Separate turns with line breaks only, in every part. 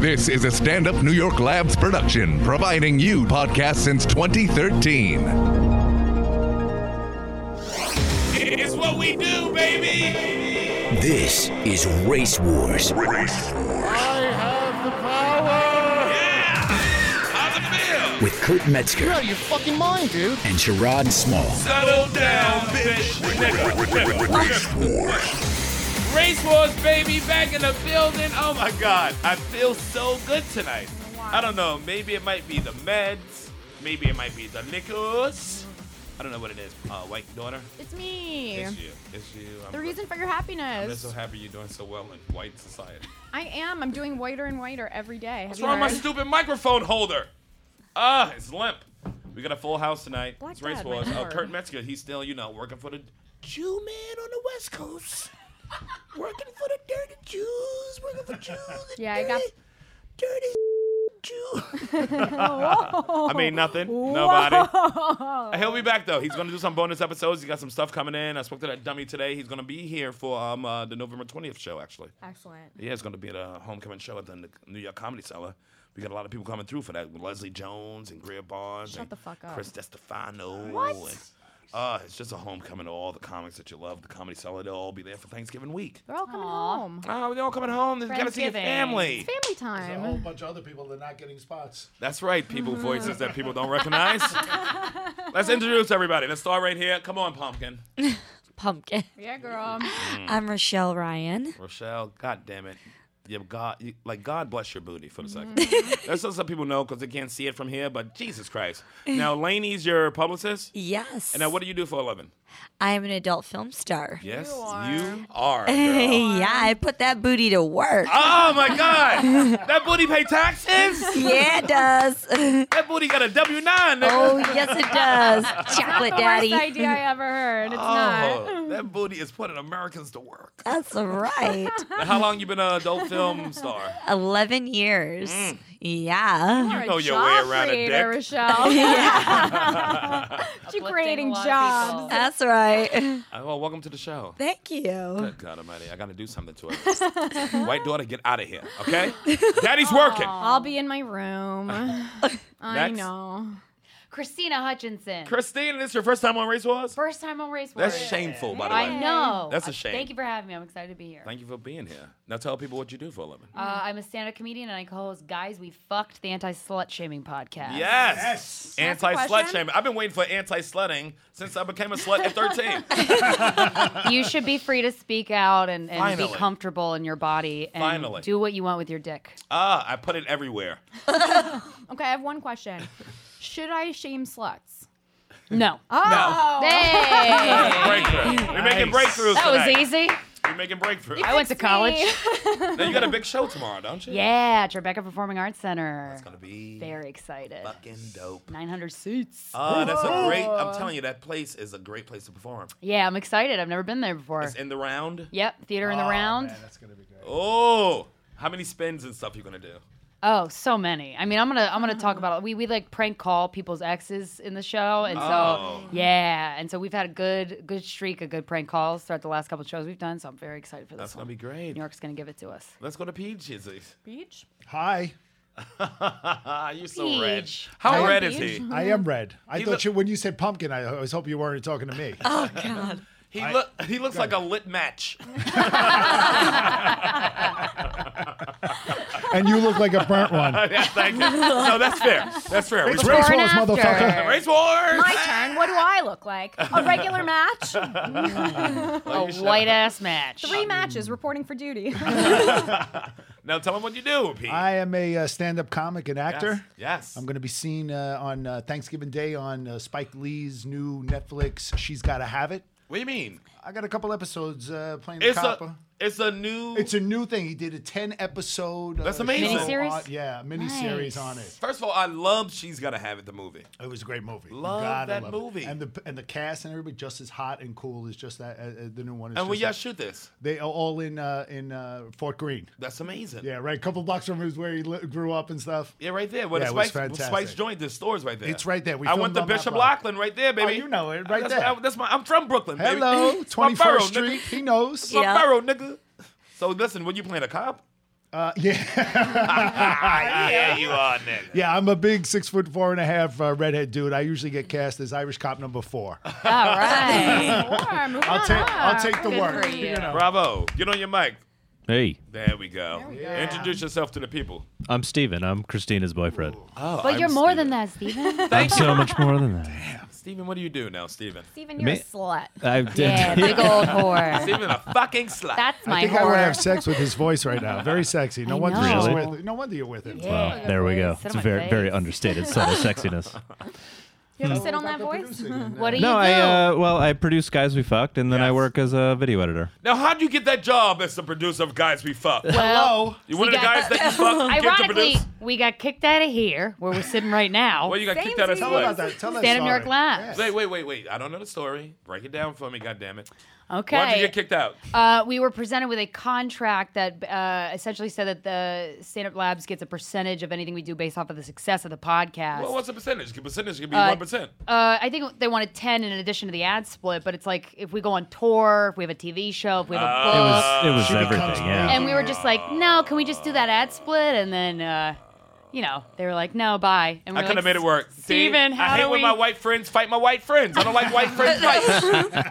This is a stand up New York Labs production, providing you podcasts since 2013.
It's what we do, baby.
This is Race Wars
How's it feel?
with Kurt Metzger
out of your fucking mind, dude.
and Sherrod Small.
Settle down, bitch. Race Wars, baby, back in the building. Oh my God, I feel so good tonight. I don't know. Maybe it might be the meds. Maybe it might be the liquors. I don't know what it is. Uh, white daughter.
It's me.
It's you. It's you. I'm,
The reason for your
I'm
happiness.
so happy you're doing so well in white society.
I am. I'm doing whiter and whiter every day. Have
What's
you
wrong with my
heard?
stupid microphone holder? Ah, it's limp. We got a full house tonight.
Black
it's race
Dad,
wars.
my
Uh,
lord.
Kurt Metzger, he's still, you know, working for the Jew man on the West Coast. working for the dirty Jews. Working for Jews. and
Yeah, I got-
dirty, dirty Jew. I mean, nothing. Nobody. He'll be back though. He's gonna do some bonus episodes. He got some stuff coming in. I spoke to that dummy today. He's gonna be here for um uh, the November twentieth show actually.
Excellent.
Yeah, it's going to be at a homecoming show at the N- New York Comedy Cellar. We got a lot of people coming through for that. Leslie Jones and Greer Barnes.
Shut
and
the fuck up.
Chris DeStefano.
What?
And, uh, it's just a homecoming to all the comics that you love. The Comedy Cellar, they'll all be there for Thanksgiving week.
They're all coming home.
Oh, they're all coming home. They got to see your
Friendsgiving.
family.
Family
a whole
time.
bunch of other people that are not getting spots.
That's right, people voices that people don't recognize. Let's introduce everybody. Let's start right here. Come on, Pumpkin.
pumpkin.
Yeah, girl.
Mm.
I'm Rochelle Ryan.
Rochelle, God damn it. Yeah, God, you- like God bless your booty for the
Mm-hmm.
second. That's what some people know because they can't see it from here. But Jesus Christ! Now, Laney's your publicist,
Yes.
and now what do you do for a living?
I am an adult film star.
Yes,
You are.
you are. girl.
yeah, I put that booty to work.
Oh my God! That booty pay taxes.
yeah, it does.
That booty got a W nine.
oh, yes, it does. Chocolate daddy.
Best idea I ever heard. It's not.
Oh, that booty is putting Americans to work.
That's right.
Now, how long you been an adult film star?
11 years.
Mm.
Yeah.
You're a
know your
job
way around a
creator,
dick.
Rochelle. You're creating
a
jobs.
That's right.
Uh, Well, welcome to the show.
Thank you.
Good God Almighty, I gotta do something to her. White daughter, get out of here, okay? Daddy's working.
I'll be in my room. I
Next.
know.
Christina Hutchinson.
Christine, this is your first time on Race Wars?
First time on Race Wars.
That's shameful, by the way.
I know.
That's a
Uh,
shame.
Thank you for having me. I'm excited to be here.
Thank you for being here. Now tell people what you do for a living.
uh, I'm a stand-up comedian and I co-host Guys We Fucked, the anti-slut shaming podcast.
Yes. Anti slut
question?
shaming. I've been waiting for anti slutting since I became a slut at 13.
You should be free to speak out and, and be
Finally.
comfortable in your body and
Finally.
do what you want with your dick.
Ah, I put it everywhere.
Okay, I have one question. Should I shame sluts?
No.
Oh,
Hey!
Breakthrough. We're making breakthroughs.
That was
tonight.
easy.
We're making breakthroughs.
I went to college.
now you got a big show tomorrow, don't you?
Yeah, Tribeca Performing Arts Center.
It's gonna be
Very excited.
fucking dope.
900 seats.
Oh, that's a great. I'm telling you, that place is a great place to perform.
yeah, I'm excited. I've never been there before.
It's in the round.
Yep, theater in the round.
Man, that's gonna be great.
Oh, how many spins and stuff you gonna do?
Oh, so many. I mean, I'm gonna I'm gonna talk about we we like prank call people's exes in the show, and so
Oh.
yeah, and so we've had a good good streak of good prank calls throughout the last couple of shows we've done. So I'm very excited for this.
That's
one.
gonna be great.
New York's gonna give it to us.
Let's go to Peaches.
beach.
Hi,
Ah, You're so red.
Peach.
How
Hi,
red is
Peach.
he?
I am Red. I
He
thought
look-
you when you said pumpkin, I always hope you weren't talking to me.
He look. He looks like a lit match.
and you look like a burnt one.
yeah, thank you. No, that's fair. That's fair. Race,
Race
Before and
wars,
after.
motherfucker.
race wars.
My turn. What do I look like? A regular match?
Oh, you
a
shut
white
up.
ass match.
Three matches reporting for duty.
Now tell him what you do, Pete.
I am a uh, stand-up comic and
yes.
actor.
Yes.
I'm going to be seen uh, on uh, Thanksgiving Day on uh, Spike Lee's new Netflix. She's got to have it.
what do you mean?
I got a couple episodes uh, playing
It's
the copper.
a. It's a new.
It's a new thing. He did a ten-episode.
That's amazing.
Miniseries?
yeah, miniseries
Nice.
on it.
First of all, I love. She's gotta have it. The movie.
It was a great movie. You
Love
gotta
that
it.
movie.
and the and the cast and everybody just as hot and cool as just that uh, uh, the new one. Is
And
just
when y'all
that-
shoot this,
they are all in uh, in uh, Fort Greene.
that's amazing.
Yeah, right. A couple blocks from his where he li- grew up and stuff.
Yeah, right there. Where
Yeah,
the
it was
Spikes,
fantastic.
Spikes joint, the store's right there.
It's right there. We
I went
filmed
to
on that
Bishop
block. Oh,
Lachlan right there, baby.
you know it, right
that's
there.
My, that's my. I'm from Brooklyn. Baby.
Hello,
It's my borough,
21st Street.
Nigga.
He knows.
It's my
Yeah.
borough, nigga. So listen, when you playing a cop,
Uh, yeah,
yeah, you are, nigga.
yeah. I'm a big six foot four and a half uh, redhead dude. I usually get cast as Irish cop number four.
All right.
I'll take I'll take the
Good
work.
for you.
Bravo. Get on your mic.
Hey,
There we go. Introduce yourself to the people.
I'm Steven. I'm Christina's boyfriend.
Oh,
But you're more than that, Steven.
I'm so much more than that.
Steven, what do you do now, Steven?
Steven, you're a
Me-
slut.
I did.
yeah, big old whore.
Steven, a fucking slut.
That's
I
my
think I would have
whore.
sex with his voice right now. Very sexy. No
I
wonder
know.
she's
Really?
with. No wonder you're with him.
Wow, there we go.
Sit
It's
on
a
my
very,
face.
very understated subtle sexiness.
You ever sit on that voice?
What do you
No,
do?
I uh, well, I produce guys we fucked, and then I
Yes.
work as a video editor.
now, how'd you get that job as the producer of Guys We Fuck?
well,
You one of the
got-
guys that you fuck get to
ironically,
produce?
we got kicked out of here where we're sitting right now.
Well, you got
Same
kicked out of
to
Tell her about
school.
that. Tell that
Stand up, New
story.
York Labs.
Yeah.
Wait, wait, wait, wait. I don't know the story. Break it down for me, goddammit.
Okay.
Why'd you get kicked out?
Uh, we were presented with a contract that uh, essentially said that the Stand Up Labs gets a percentage of anything we do based off of the success of the podcast.
Well, what's the percentage? The percentage could be
Uh,
1%.
Uh, I think they wanted 10 in addition to the ad split, but it's like if we go on tour, if we have a TV show, if we have a
Oh.
book.
It was, it was
becomes
everything. Yeah.
and we were just like, no, can we just do that ad split? And then, uh, you know, they were like, no, bye. And we
I
were
could have
like,
made it work. See?
Steven, how
I hate
do
when
we-
my white friends fight my white friends. I don't like white friends fights.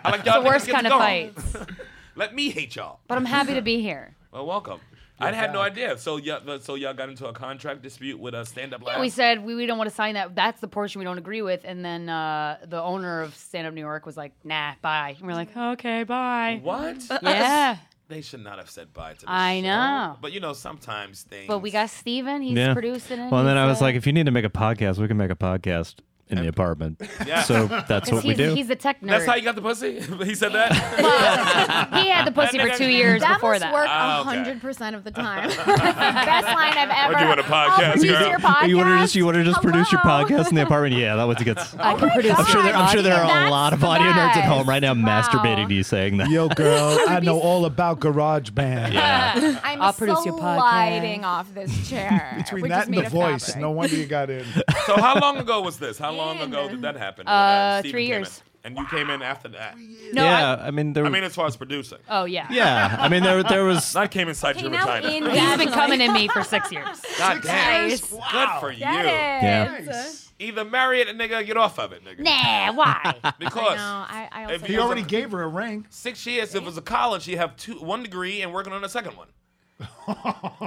I like y'all
The
niggas
worst
get
kind
to
of
go.
fights.
Let me hate y'all.
But I'm happy to be here.
Well, welcome. I had no idea. So y'all, so y'all got into a contract dispute with a stand-up lab.
We said we, we don't want to sign that. That's the portion we don't agree with. And then uh, the owner of Stand Up New York was like, nah, bye. And we're like, okay, bye.
what?
Yeah.
They should not have said bye to. This
Uh, I
show.
know.
But you know, sometimes things.
But we got Steven. He's
Yeah.
producing it.
Well, and then
He's,
I was
uh,
like, if you need to make a podcast, we can make a podcast in the apartment.
Yeah.
So that's
'cause
what we
he's,
do.
He's the tech nerd.
That's how you got the pussy. he said that.
he had the pussy for
nigga-
two years
That
before
must
that.
work
Ah, okay.
hundred percent of the time. That's the best line I've ever.
We're doing a podcast,
I'll produce
girl.
your podcast.
you want to just you want to just produce your
Hello. Oh
podcast in the apartment? Yeah, that was gets.
I can produce
I'm sure
it.
there I'm sure there are a
That's
lot of
the
audio nerds at home
best.
right now masturbating to you saying that.
Yo, girl, I know all about Garage Band.
I'm
I'll produce your podcast.
sliding off this chair.
Between
which is
that and
made
the
of
voice,
fabric.
no wonder you got in.
so how long ago was this? How long ago did that happen? when,
Uh,
Steven
three
came in?
years.
And you came in after that.
No,
yeah, I, mean there.
I mean, as far as producing,
I, oh yeah.
yeah, I mean there there was.
I came inside your
Came out
vagina.
in
He's been coming at me for six years.
God damn.
years?
Good
Wow.
for you.
Yeah.
Either marry it, and nigga, get off of it, nigga.
Nah, why?
No,
Because
I, I also
If
He
Here's
already
a-
gave her a ring.
six years, if it was a college, she'd have two, one degree and working on a second one.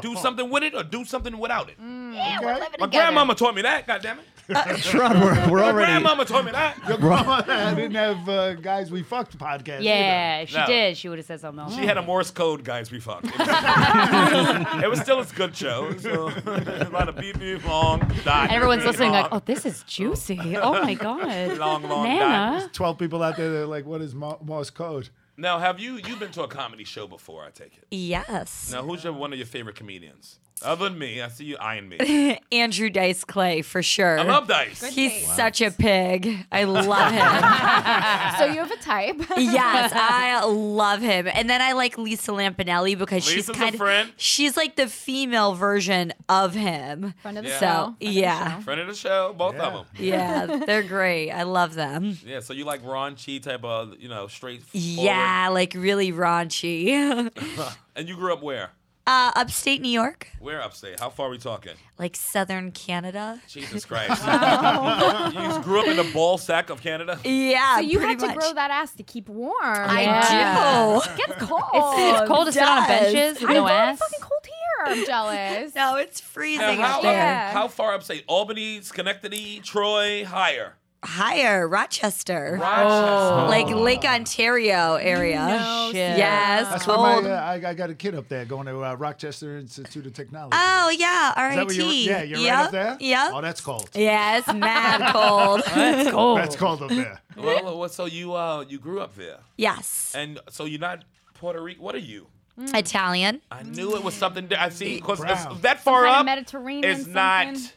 do something with it or do something without it.
Mm.
Okay?
My grandmama taught me that, goddammit.
Shrod, we're, we're
My
already.
grandmama taught me that.
I didn't have uh, guys we fucked podcast. either.
Yeah, if she
No.
did. She would have said something. else.
She had a Morse code, guys. We fucked. It was, it was still a good show. So a lot of beep beep long dot.
Everyone's
beep,
listening,
long,
like, oh, this is juicy. Oh my god,
long long dot.
Nana.
Twelve people out there that are like, what is Mo- Morse code?
Now, have you you been to a comedy show before? I take it.
Yes.
Now, who's your one of your favorite comedians? Other than me, I see you eyeing me.
Andrew Dice Clay for sure.
I love Dice.
He's such a pig. I love him.
so you have a type.
yes, I love him. And then I like Lisa Lampanelli because
Lisa's a
she's kind of
friend.
she's like the female version of him.
Friend of the
Yeah.
show.
So yeah,
Friend of the show, both of
Yeah.
them.
yeah, they're great. I love them.
Yeah, so you like Ron Chi type of you know straight.
Yeah, like really raunchy.
And you grew up where?
uh, upstate New York,
Where upstate? How far are we talking?
like Southern Canada.
Jesus Christ. you just grew up in the ball sack of Canada?
Yeah,
So you
pretty
had to
much.
grow that ass to keep warm.
I
Yeah.
do.
It gets cold.
It's cold to sit on
does.
benches with
Oh, I thought
no
it was
ass.
fucking cold here. I'm jealous.
No, it's freezing
how,
up there.
Yeah.
how far upstate? Albany, Schenectady, Troy, higher.
Higher, Rochester,
Rochester.
Oh, like Lake Ontario area.
shit.
Yes,
That's where
cold.
my, uh, I, I got a kid up there going to uh, Rochester Institute of Technology.
Oh yeah,
Is
RIT.
that where you're, yeah, you're
yep.
right up there.
Yep.
Oh, that's cold.
yeah, it's mad cold. Oh.
That's cold up there.
Well, well, so you uh you grew up there,
yes,
and so you're not Puerto Rican. What are you?
Italian.
I knew it was something. Di- I see because
Brown.
that far
Kinda
up
Mediterranean.
is not
something.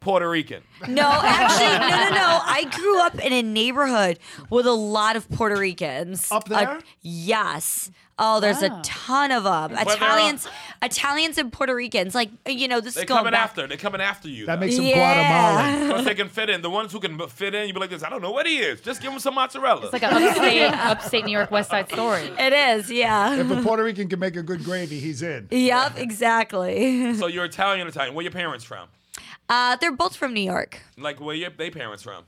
Puerto Rican.
No, actually, no, no, no. I grew up in a neighborhood with a lot of Puerto Ricans.
Up
A-
there?
yes. Oh, there's a ton of them.
they're
Italians, Italians and Puerto Ricans. Like you know, this
They're
is going
coming
back.
after. They're coming after you.
That
though.
makes him
Yeah.
Guatemalan.
Once they can fit in, the ones who can fit in, you be like this. I don't know what he is. Just give him some mozzarella.
It's like an upstate, upstate New York West Side story.
It is, yeah.
If a Puerto Rican can make a good gravy, he's in.
yep, exactly.
so you're Italian, Italian. Where your parents from?
Uh, they're both from New York.
Like where your they parents from?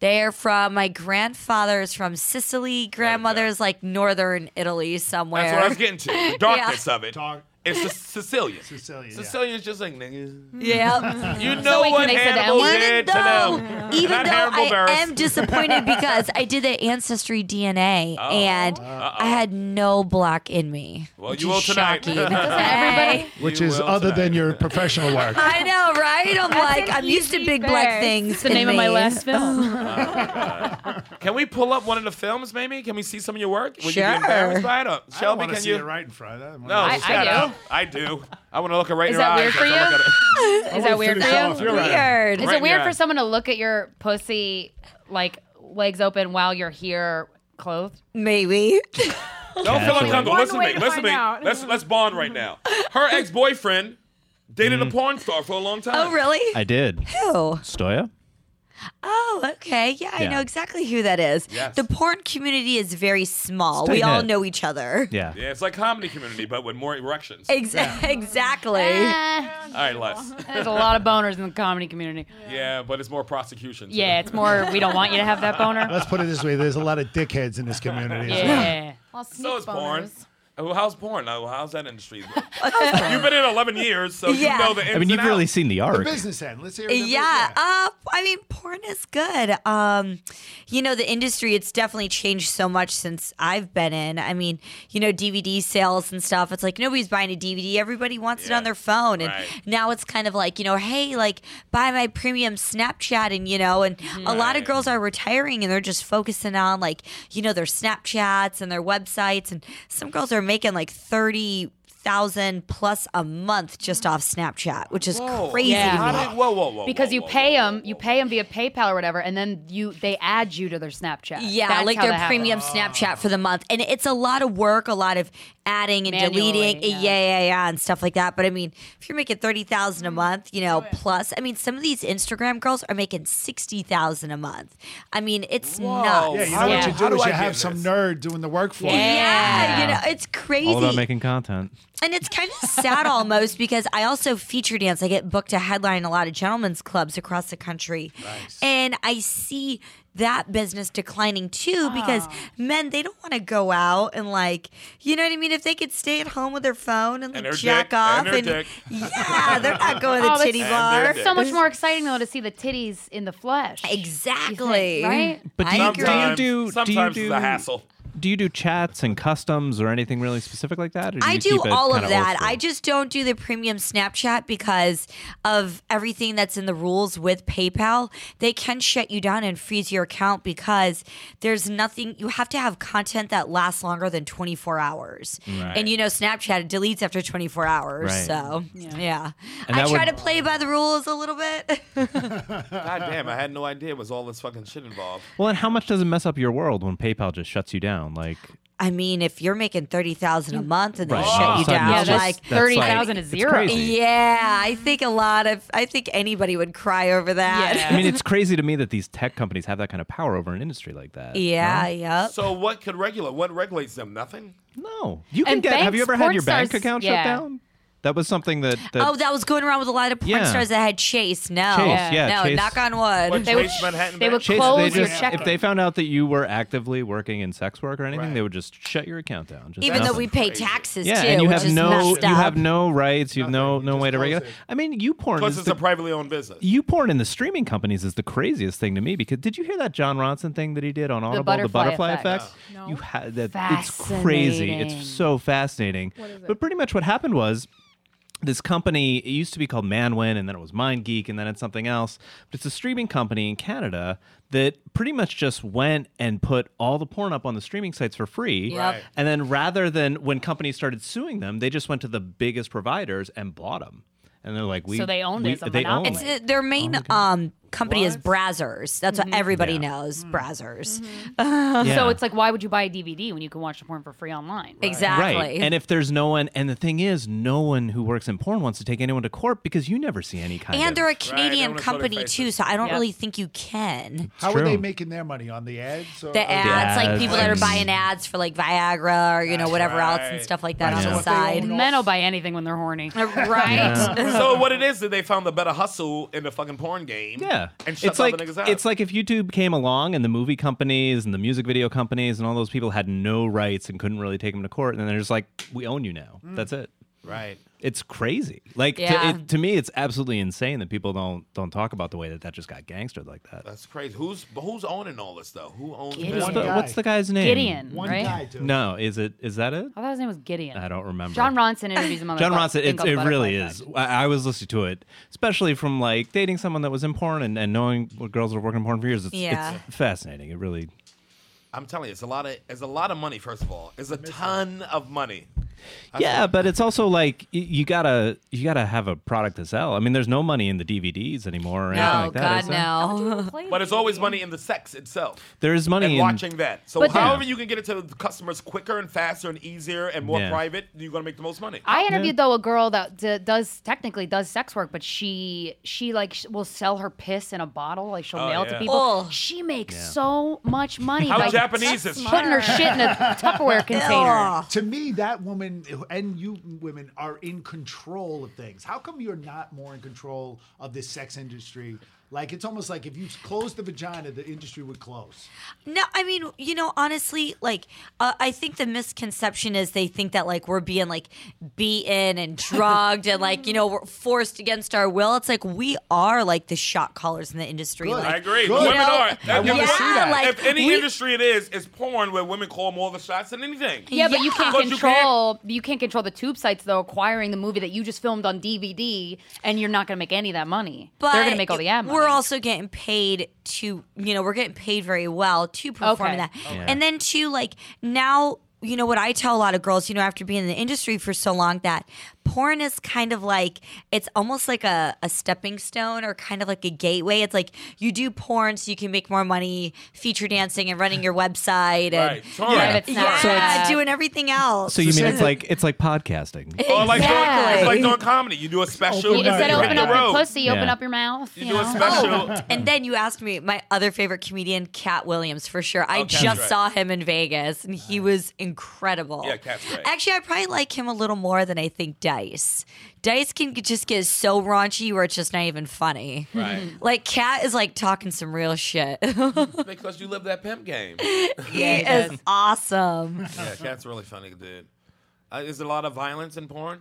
They're from my grandfather's from Sicily, grandmother's like northern Italy somewhere.
That's what I was getting to. The darkness of it.
Dark-
It's Sic- Sicilian.
Sicilian, yeah.
Sicilian's just like niggas.
Yeah.
You know
wait,
what
can they say that
Hannibal
one?
did
even
to
though,
them.
even
Not
though
Hannibal
I
Buress.
am disappointed because I did the ancestry DNA
Oh.
and I had no black in me.
Well,
which
you
is
will tonight.
shocking.
Doesn't
everybody?
Hey.
Which
You
is
will
other than
tonight.
your professional work.
I know, right? I'm like,
an
I'm used to
easy
big
fix.
black things.
It's the
in
name of my
me.
last film.
Can we pull up one of the films, maybe? Can we see some of your work? Would you
Sure.
be embarrassed by it? Or
I don't
Shelby,
wanna
can
see
you?
it right in front. of them.
No,
I-
shut
I do.
up. I do. I want to look it right
Is
in your
that
eyes.
weird for
I wanna
you?
look at it.
Is that weird
finish
for
off.
you?
You're right.
Weird.
Is
Right in
it weird
your eye.
for someone to look at your pussy like legs open while you're here clothed?
Maybe.
Don't feel
Casually.
uncomfortable.
One
Listen to
way
me.
to
Listen to
find out.
me. Let's let's bond right now. Her ex boyfriend dated a porn star for a long time.
Oh, really?
I did.
Who?
Stoya?
Oh, okay. Yeah, I
Yeah.
know exactly who that is.
Yes.
The porn community is very small.
Stay
we all
hid.
know each other.
Yeah.
Yeah, it's like comedy community, but with more erections. All
Ex- exactly.
Eh,
right, less.
there's a lot of boners in the comedy community.
Yeah, but it's more prosecutions.
Yeah, it's more we don't want you to have that boner.
Let's put it this way: there's a lot of dickheads in this community.
Yeah.
Well,
So
sneak
is porn.
boners.
Oh, how's porn? Oh, how's that industry? you've been in 11 years, so
Yeah.
you know the ins
I mean,
and
you've really
outs.
seen the
The
arc.
business end. Let's hear. it.
yeah uh, i mean porn is good um, you know the industry it's definitely changed so much since i've been in i mean you know dvd sales and stuff it's like nobody's buying a dvd everybody wants it
Yeah,
on their phone and
right.
now it's kind of like you know hey like buy my premium snapchat and you know and a lot of
Right.
girls are retiring and they're just focusing on like you know their snapchats and their websites and some girls are making like 30 thousand plus a month just off snapchat which is
Mm. Whoa.
crazy to
Yeah.
me.
How did- whoa, whoa, whoa.
because
whoa,
you
whoa,
pay
whoa,
them,
whoa,
you
whoa.
pay them via PayPal or whatever, and then you they add you to their Snapchat.
Yeah,
That's
like
how that
their
happens.
premium Snapchat for the month. And it's a lot of work, a lot of adding and
Manually,
deleting. Yeah.
yeah.
yeah, yeah, and stuff like that. But I mean, if you're making 30,000 a
Mm-hmm.
month, you
Oh,
know, plus, I mean, some of these Instagram girls are making 60,000 a month. I mean, it's
Whoa.
nuts.
Yeah, you know
How
what
do- how
you do
do
is
I
you
get
have some
this?
nerd doing the work for you.
Yeah, you know, it's crazy.
All about making content.
And it's kind of sad almost because I also feature dance. I get booked to headline a lot of gentlemen's clubs across the country. And I see that business declining too
Ah.
because men, they don't want to go out and like, you know what I mean? If they could stay at home with their phone and, like
And their
jack
dick,
off
and their dick.
yeah, they're not going to
Oh,
the
that's-
titty
And
their
bar.
dick.
It's so much more exciting though to see the titties in the flesh.
Exactly.
Right?
But do
I
you,
agree.
do you
Sometimes,
do
sometimes
do you
it's
do,
a hassle.
Do you do chats and customs or anything really specific like that? Or do
I
you
do
keep it
all
kinda
of
old
that.
school?
I just don't do the premium Snapchat because of everything that's in the rules with PayPal. They can shut you down and freeze your account because there's nothing, you have to have content that lasts longer than 24 hours. And you know, Snapchat it deletes after 24 hours.
Right.
So, yeah.
And
I
that
try
would-
to play by the rules a little bit.
God damn, I had no idea it was all this fucking shit involved.
Well, and how much does it mess up your world when PayPal just shuts you down? Like,
I mean, if you're making 30,000 a month and they
Right.
shut
Oh.
you
Yeah,
down,
Yeah,
It's
that's
like,
that's
thirty thousand
like-
is
it's
zero.
crazy.
yeah, I think a lot of, I think anybody would cry over that.
Yeah.
I mean, it's crazy to me that these tech companies have that kind of power over an industry like that.
Yeah, yep.
So what could regulate? What regulates them? Nothing.
No, you can
And
get. have you
banks,
ever had
porn
your bank
stars-
account
yeah.
shut down? That was something that. that
oh, that was going around with a lot of porn
Yeah.
stars that had Chase. No,
Chase, yeah,
no,
Chase-
knock on wood.
What,
They would-
Chase Manhattan
they
Bank?
would
Chase,
close
they
your
just,
checking.
if they found out that you were actively working in sex work or anything,
Right.
they would just shut your account down. Just
Even though
nothing.
we pay taxes
yeah,
too,
and you
which
have
is
no,
messed
you have
up.
no rights. You have no, no
just
way to
close
regulate.
it.
I mean, you porn
Plus,
is
it's a
the
privately owned business.
you porn in the streaming companies is the craziest thing to me because did you hear that John Ronson thing that he did on Audible,
butterfly effect.
effect? You ha- that it's
Fascinating.
crazy. It's so fascinating. But pretty much what happened was this company it used to be called Manwin and then it was MindGeek and then it's something else. But it's a streaming company in Canada that pretty much just went and put all the porn up on the streaming sites for free.
Yep. Right.
And then rather than when companies started suing them, they just went to the biggest providers and bought them.
and they're like, we
So they owned it
we-
as a
they own
monopoly.
it.
It's, uh, their
Oh
main um, company is Brazzers. That's
Mm-hmm.
what everybody
Mm.
knows. Brazzers.
Yeah.
So it's like, why would you buy a DVD when you can watch the porn for free online?
Exactly.
Right. And if there's no one, and the thing is, no one who works in porn wants to take anyone to court because you never see any kind
And
of.
they're a Canadian
everyone with funny
company
faces.
too, so I don't
Yeah.
really think you can.
How are they
true.
making their money on the ads? Or,
The
or-
ads, like
ads,
people that are
like-
buying ads for like Viagra or you know
That's
whatever else and
right.
stuff like that
Right.
on
So
the
if they own
side.
all-
Men will buy anything when they're horny.
Right.
so what it is that they found the better hustle in the fucking porn game.
yeah,
and shut
it's
all
like
the niggas out.
it's like if YouTube came along and the movie companies and the music video companies and all those people had no rights and couldn't really take them to court, and then they're just like, "We own you now."
Mm.
That's it.
right.
It's crazy. Like
Yeah.
to, it, to me, it's absolutely insane that people don't don't talk about the way that that just got gangstered like that.
That's crazy. Who's but who's owning all this though? Who owns
Gideon.
this?
What's
One
the,
guy.
what's the guy's name?
Gideon,
One
right?
guy, dude.
No, is it is that it?
Oh.
I thought his name was Gideon.
I don't remember.
John Ronson interviews him on the
John
bu-
Ronson,
thing
it,
called
it really
Butterfly
is. I, I was listening to it, especially from like dating someone that was in porn and, and knowing what girls are working in porn for years. It's,
Yeah.
it's fascinating. It really.
I'm telling you, it's a lot of it's a lot of money. First of all, it's a ton of money.
yeah, but it's also like y- you gotta you gotta have a product to sell. I mean, there's no money in the DVDs anymore. Or anything
No,
like that,
Oh, God,
is there?
no.
Play
But it's
the
always
game.
money in the sex itself.
There is money
and
in
watching that. So
But then-
however you can get it to the customers quicker and faster and easier and more
Yeah.
private, you're gonna make the most money.
I interviewed though a girl that d- does technically does sex work, but she she like sh- will sell her piss in a bottle, like she'll
Oh,
mail it
yeah.
to people.
Oh.
She makes so much money.
How
by
Japanese is she?
putting her shit in a Tupperware container.
Ugh.
To me, that woman and you women are in control of things. How come you're not more in control of this sex industry? Like it's almost like if you closed the vagina, the industry would close.
No, I mean, you know, honestly, like uh, I think the misconception is they think that like we're being like beaten and drugged and like you know we're forced against our will. It's like we are like the shot callers in the industry.
Good.
Like,
I agree.
Good.
Women
You know,
are.
I
If,
wanna
if-
see that. like,
if any
we-
industry it is, it's porn where women call more the shots than anything.
Yeah, but you can't
But you can't-
control you can't control the tube sites though acquiring the movie that you just filmed on DVD, and you're not going to make any of that money.
But
They're going to make all the ad money.
We're also getting paid to, you know, we're getting paid very well to perform
Okay.
that. And then to like now, you know what I tell a lot of girls, you know, after being in the industry for so long that porn is kind of like it's almost like a, a stepping stone or kind of like a gateway. It's like you do porn so you can make more money, feature dancing and running your website and
Right. Sorry.
Yeah, but it's
yeah,
not- So it's-
doing everything else.
So you mean it's like it's like podcasting?
Or like doing, it's
Exactly.
like doing comedy. You do a special.
Open up.
Instead of
you hit
open
the
up your
road.
pussy, Oh. open
Yeah.
up your mouth.
You
You
do a
know?
special.
and then you asked me my other favorite comedian, Cat Williams, for sure. I
Oh, Cat's
just
right.
saw him in Vegas, and he was incredible.
Yeah, Cat's right.
Actually, I probably like him a little more than I think Dice. Dice can just get so raunchy where it's just not even funny.
Right.
Like Cat is like talking some real shit.
Because you live that pimp game.
he is awesome.
Yeah, Cat's really funny, dude. Uh, is there a lot of violence in porn?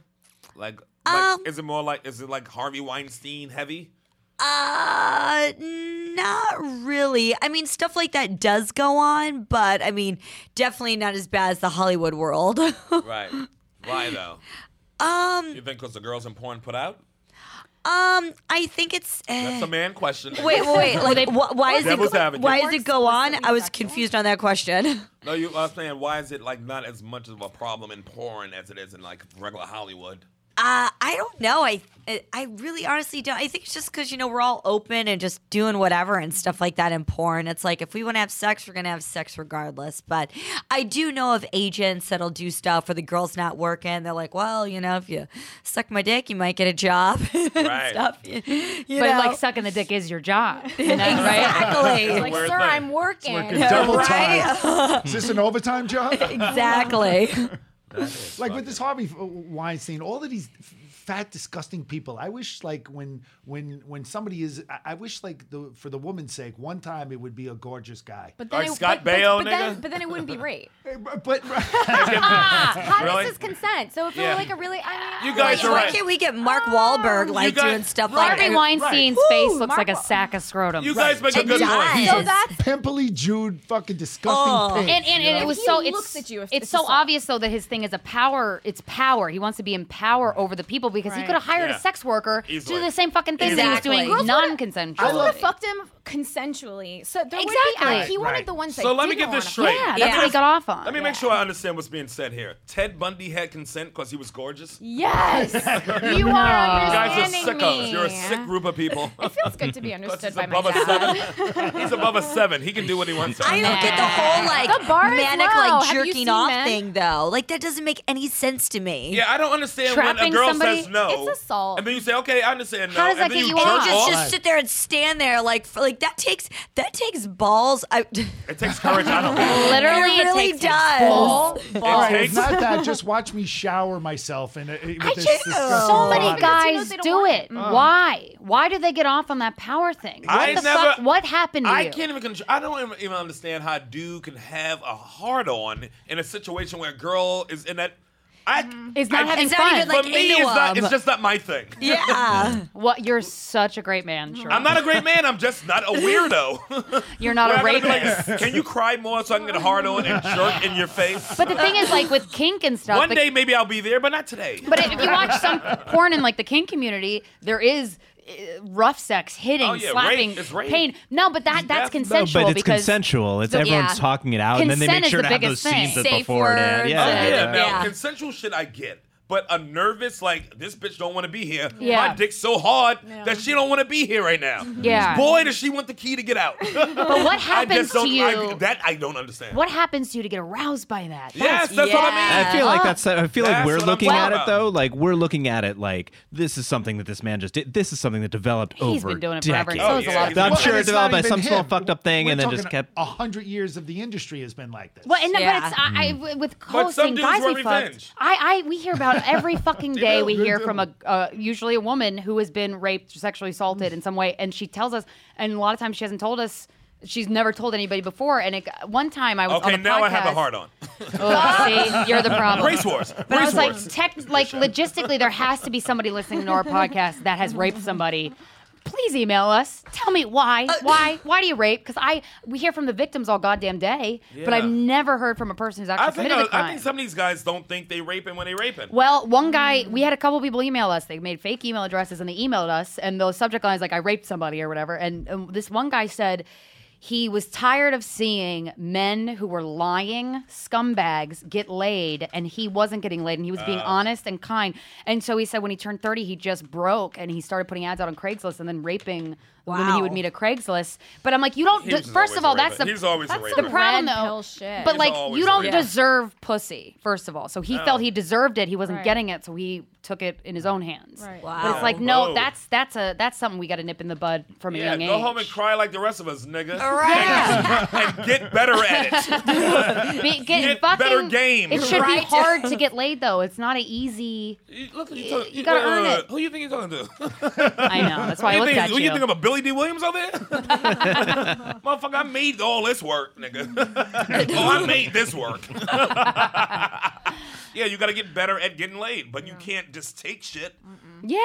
Like, like
Um,
is it more like is it like Harvey Weinstein heavy?
Uh, not really. I mean, stuff like that does go on, but I mean, definitely not as bad as the Hollywood world. Um,
Right. Why though? Um, you think because the girls in porn put out?
Um, I think it's.
That's
Uh,
a man question.
wait, wait, wait. Like, wh- why is it?
Devil's
Go,
advocate.
why does it go on? I was confused on that question.
No, you. I was saying, why is it like not as much of a problem in porn as it is in like regular Hollywood?
Uh, I don't know. I, I really, honestly don't. I think it's just because you know we're all open and just doing whatever and stuff like that in porn. It's like if we want to have sex, we're gonna have sex regardless. But I do know of agents that'll do stuff where the girl's not working. They're like, well, you know, if you suck my dick, you might get a job.
Right.
stuff. You, you
But
know.
like sucking the dick is your job, you know, right?
exactly.
Like,
Where
sir,
the-
I'm working.
Double
Right?
time. Is this an overtime job?
exactly.
like with this Harvey Weinstein, all of these f- fat, disgusting people. I wish like when when when somebody is, I, I wish like the for the woman's sake, one time it would be a gorgeous guy. But
But then
Like
it-
Scott
but- but-
Baio,
but then-
nigga?
But then it wouldn't be rape.
but
How
Really?
does this consent? So if it
Yeah.
were like a really, I mean,
You guys
like,
are
Why
right.
can't we get Mark Wahlberg like
guys-
doing stuff like
Harvey
that?
Weinstein's face looks
Mark
like a
Wahl-
sack of scrotum.
You guys make a
It
good
does.
point.
So that's
pimply Jude, fucking disgusting.
Oh.
pig.
and, and, and it was
He
so it's,
looks at you if
it's
it's
so
assault.
obvious though that his thing is a power it's power he wants to be in power over the people because he
Right.
could have hired
Yeah.
a sex worker
Easily.
to do the same fucking thing that
Exactly.
he was
Girls
doing
would've-
non-consensual.
I would have fucked him consensually. So there would be,
Exactly.
out. he wanted
Right.
the ones that
So let me
didn't
get this
wanna
straight.
fuck.
Yeah,
Yeah.
that's what he got off on.
Let me make sure I understand what's being said here. Ted Bundy had consent because he was gorgeous. You
Yes, you are
guys are
understanding
sickos.
me.
You're a sick group of people.
It feels good to be understood
he's
by my
above a
dad.
seven. he's above a seven. He can do what he wants.
I don't get the whole like
The bar is
manic
low.
like
Have you
jerking
seen
off
men?
thing though. Like that doesn't make any sense to me.
Yeah, I don't understand when a
Trapping
girl
somebody-
says no.
it's assault.
And then you say, okay, I understand no.
How does that
and then
get you
jerk
off?
Just
off.
just sit there and stand there like for, like that takes that takes balls. I,
It takes courage. I don't know.
Literally,
it really
takes
does.
Full
All
ball.
right.
It's not that. Just watch me shower myself and with
I
this
just-
disgusting
So many
body.
Because he
guys
knows they don't
do
want
it. Why? Why do they get off on that power thing? What
I
the
never-
fuck? What happened to
I
you?
can't even. Contr- I don't even, even understand how a dude can have a hard on in a situation where a girl is in that. I
Mm-hmm. It's not
I-
having
It's not
fun.
even,
for
like,
me,
into
it's not.
him.
It's just not my thing.
yeah.
what? You're such a great man. Sure.
I'm not a great man. I'm just not a weirdo.
You're not
Where
a
I gotta be
rapist.
Like, Can you cry more so I can get a hard on and jerk in your face?
But the thing is, like with kink and stuff.
One
the-
day maybe I'll be there, but not today.
But if you watch some porn in like the kink community, there is uh, rough sex, hitting,
Oh, yeah,
slapping,
rape. It's rape.
pain. No, but that that's
definitely-
No,
consensual
but it's
because
consensual. It's
the-
everyone's
yeah.
talking it out, and then they
Consent
make
is
sure
the
to have those
biggest thing.
scenes that
Safe
before it.
words
and- Yeah,
Oh,
and-
yeah,
yeah.
now
Yeah.
consensual shit I get. But a nervous, like, this bitch don't want to be here.
Yeah.
My dick's so hard that she don't want to be here right now.
Yeah.
Boy, does she want the key to get out.
But what
I
happens
just don't,
to you?
I, that I don't understand.
what happens to you to get aroused by that?
Yes, that's what I mean.
yeah.
I feel like that's. I feel like
That's
we're
what I'm
looking
talking
at it
about.
though. Like we're looking at it like this is something that this man just did. This is something that developed
He's
over.
been doing it forever, and so
Oh,
is a
yeah.
lot of
I'm
people.
Well,
sure
and
it
it's
developed
not
by
even
some small
him.
fucked up thing
We're
and then just
talking
kept-
A hundred years of the industry has been like this.
Well, and
Yeah.
but it's, I, I with
Hmm. But some
hosting
dudes
guys
want
we fucked.
revenge.
I, I we hear about every fucking day.
do,
we
they
hear
do.
from a uh, usually a woman who has been raped, or sexually assaulted in some way, and she tells us. And a lot of times she hasn't told us. She's never told anybody before. And it, one time I was
Okay,
on the
now I
podcast.
have a hard on.
Oh, see, you're the problem.
Race wars.
But I
Race
was
wars.
like, tech, like logistically, there has to be somebody listening to our podcast that has raped somebody. Please email us. Tell me why. why? Why do you rape? Because I we hear from the victims all goddamn day, but I've
Yeah.
never heard from a person who's actually
I think, uh,
committed
I,
the crime.
I think some of these guys don't think they raping when they raping.
well, one
Mm.
guy, we had a couple people email us. They made fake email addresses and they emailed us, and the subject line is like, "I raped somebody" or whatever. And, and this one guy said. He was tired of seeing men who were lying scumbags get laid, and he wasn't getting laid, and he was being honest and kind. And so he said when he turned 30, he just broke and he started putting ads out on Craigslist and then raping women he would
Wow.
meet at Craigslist. But I'm like, you don't,
He was
first of
always
all,
a
that's
raper.
the,
He's always a
that's the
raper.
problem,
Red
though.
pill shit.
But
He's
like,
always
you
a
don't
raper.
deserve pussy, first of all. So he felt he deserved it. He wasn't
Right.
getting it, so he took it in his own hands.
Right.
Wow.
But it's like, no,
Whoa.
that's that's a that's something we got to nip in the bud from
Oh,
a
yeah,
young age.
go home and cry like the rest of us, nigga.
All right.
and get better at it.
Be, get,
Get
fucking,
better game.
It should
Right.
be hard to get laid though. It's not an easy.
You- Look, you, talk,
You gotta earn it.
Who you think you're talking to?
I know. That's why I
You
looked
think,
at you.
what you think I'm a Billy D. Williams over there? Motherfucker, I made all this work, nigga. oh, I made this work. yeah, you got to get better at getting laid, but you can't just take shit.
yeah.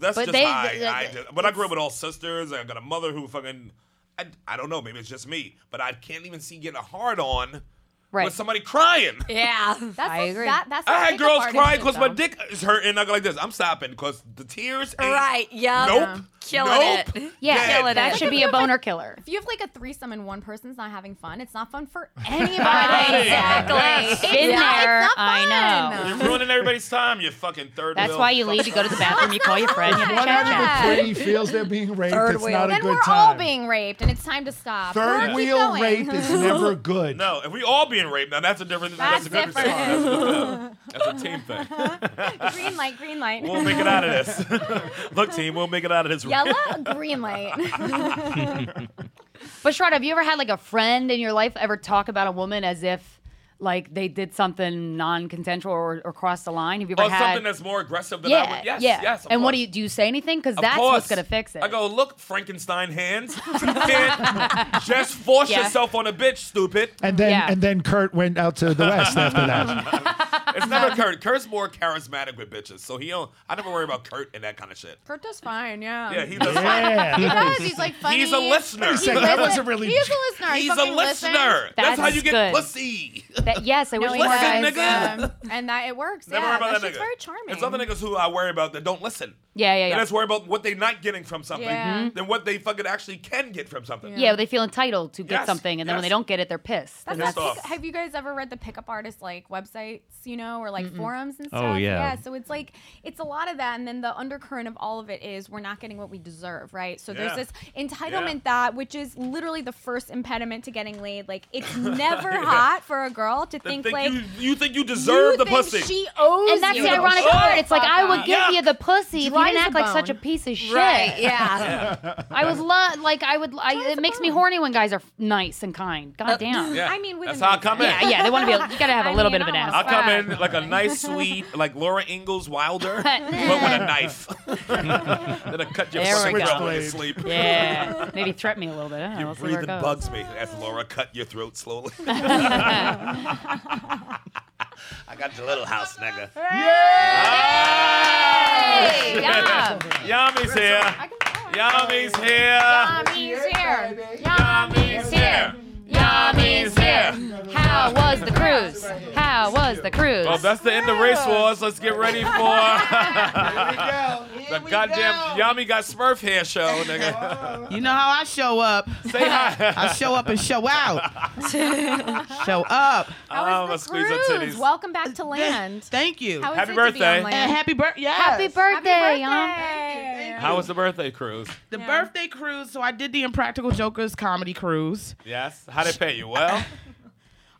That's
But
just
they-
how I,
they-
I
they-
just, But I grew up with all sisters. I got a mother who fucking. I, I don't know. Maybe it's just me, but I can't even see getting a hard on
Right.
with somebody crying.
yeah.
That's
I
the-
agree.
That, that's
I
the
had
pickup
girls
artist
cry
shit,
because my
though.
dick is hurting. I go like this. I'm stopping because the tears. Ain't,
Right. Yeah.
Nope.
Killing
nope.
it.
yeah.
Dead.
that should be a boner killer.
If you have like a threesome and one person's not having fun, it's not fun for anybody.
Exactly.
Been
not- it's
there.
not
I
fun.
know.
You're ruining everybody's time. You fucking third.
That's
wheel.
why you leave. You go to the bathroom. You call your friend. You have a
One
chat chat.
out of the three feels they're being raped.
Third
it's
wheel.
not a
Then
good
we're
time.
all being raped, and it's time to stop. We're-
Third
keep
wheel
going.
rape is never good.
No, if we all being raped, now that's a different. That's, a
That's
different. Song. That's, a, that's a team thing.
green light, green light.
We'll make it out of this. Look, team, we'll make it out of this.
Yellow, green light.
But Sharada, have you ever had like a friend in your life ever talk about a woman as if like they did something non-consensual or, or crossed the line? Have you ever
Or
had
Oh, something that's more aggressive than I
yeah,
would. Yes,
yeah.
yes. of
and what
course.
do you do? You say anything? Because
Of
that's
course.
what's gonna fix it.
I go, look, Frankenstein hands. You can't just force
Yeah.
yourself on a bitch, stupid.
And then
Yeah.
and then Kurt went out to the west after that.
It's never Kurt. Kurt's more charismatic with bitches, so he don't. I never worry about Kurt and that kind of shit.
Kurt does fine, yeah.
Yeah, he does.
He
Yeah.
does. He's like funny.
He's a listener.
He
Wait a second, that
listen-
wasn't really-
He is a listener. He
He's a
fucking listens.
listener. That's
That's
how you get
good.
pussy.
That, yes, I
No,
wish
he
more
does.
guys.
Listen, nigga.
um, and that it works.
Never
yeah,
worry about that,
shit's
nigga.
very charming.
There's other niggas who I worry about that don't listen.
Yeah, yeah, Mm-hmm.
They
yeah.
just worry about what they're not getting from something
Yeah. Mhm.
than what they fucking actually can get from something.
Yeah, they feel entitled to get
Yes,
something, and then when they
yes.
don't get it, they're pissed.
That's
And
not
Pissed off.
pick- have you guys ever read the pickup artist like websites, you know, or like forums and stuff?
Oh, yeah.
So it's like it's a lot of that, and then the undercurrent of all of it is we're not getting what we deserve, right? So
Yeah.
there's this entitlement that, which is literally the first impediment to getting laid. Like it's never hot for a girl to
They
think,
think
like
you, you think you
you
deserve the
think
pussy.
She owes.
And that's
you
the ironic
Oh,
part. It's like I would give
Yuck.
you the pussy if you
Dry
didn't
as
act
a
like such a
bone.
piece of shit.
Right. Yeah.
I would love, like, I would.
Dry
I,
as
it
a
makes me
bone.
horny when guys are nice and kind. God damn.
Uh, Yeah.
I mean, with
That's
an
how I come in.
reason.
Yeah, yeah, they wanna be a- you gotta have a
I
little
mean,
bit of an
I
ass.
wanna
I'll come
fuck.
in like a nice, sweet, like Laura Ingalls Wilder, but with a knife. then I cut your
There we
throat
go.
when you sleep.
Yeah. Maybe threaten me a little bit. I don't know.
Your
We'll see where it
breathing
goes.
bugs me as Laura cut your throat slowly. I got your little house, nigga.
Hey, yeah.
Yami's here. Yami's here.
Yami's here.
Yami's here.
Yami's here. How was the cruise? How was the cruise?
Well, that's the end of race wars. Let's get ready for the goddamn Yami got Smurf hair show, nigga.
You know how I show up.
Say hi.
I show up and show out. show up.
How
I'ma
was the
squeeze her
cruise?
titties.
Welcome back to land.
Thank you.
How is
Happy
it to be on
birthday.
land?
and happy birthday. Yes.
Happy birthday,
Happy
Yam.
birthday.
How was the birthday cruise?
The birthday cruise. So I did the Impractical Jokers comedy cruise.
Yes. How they pay you? Well,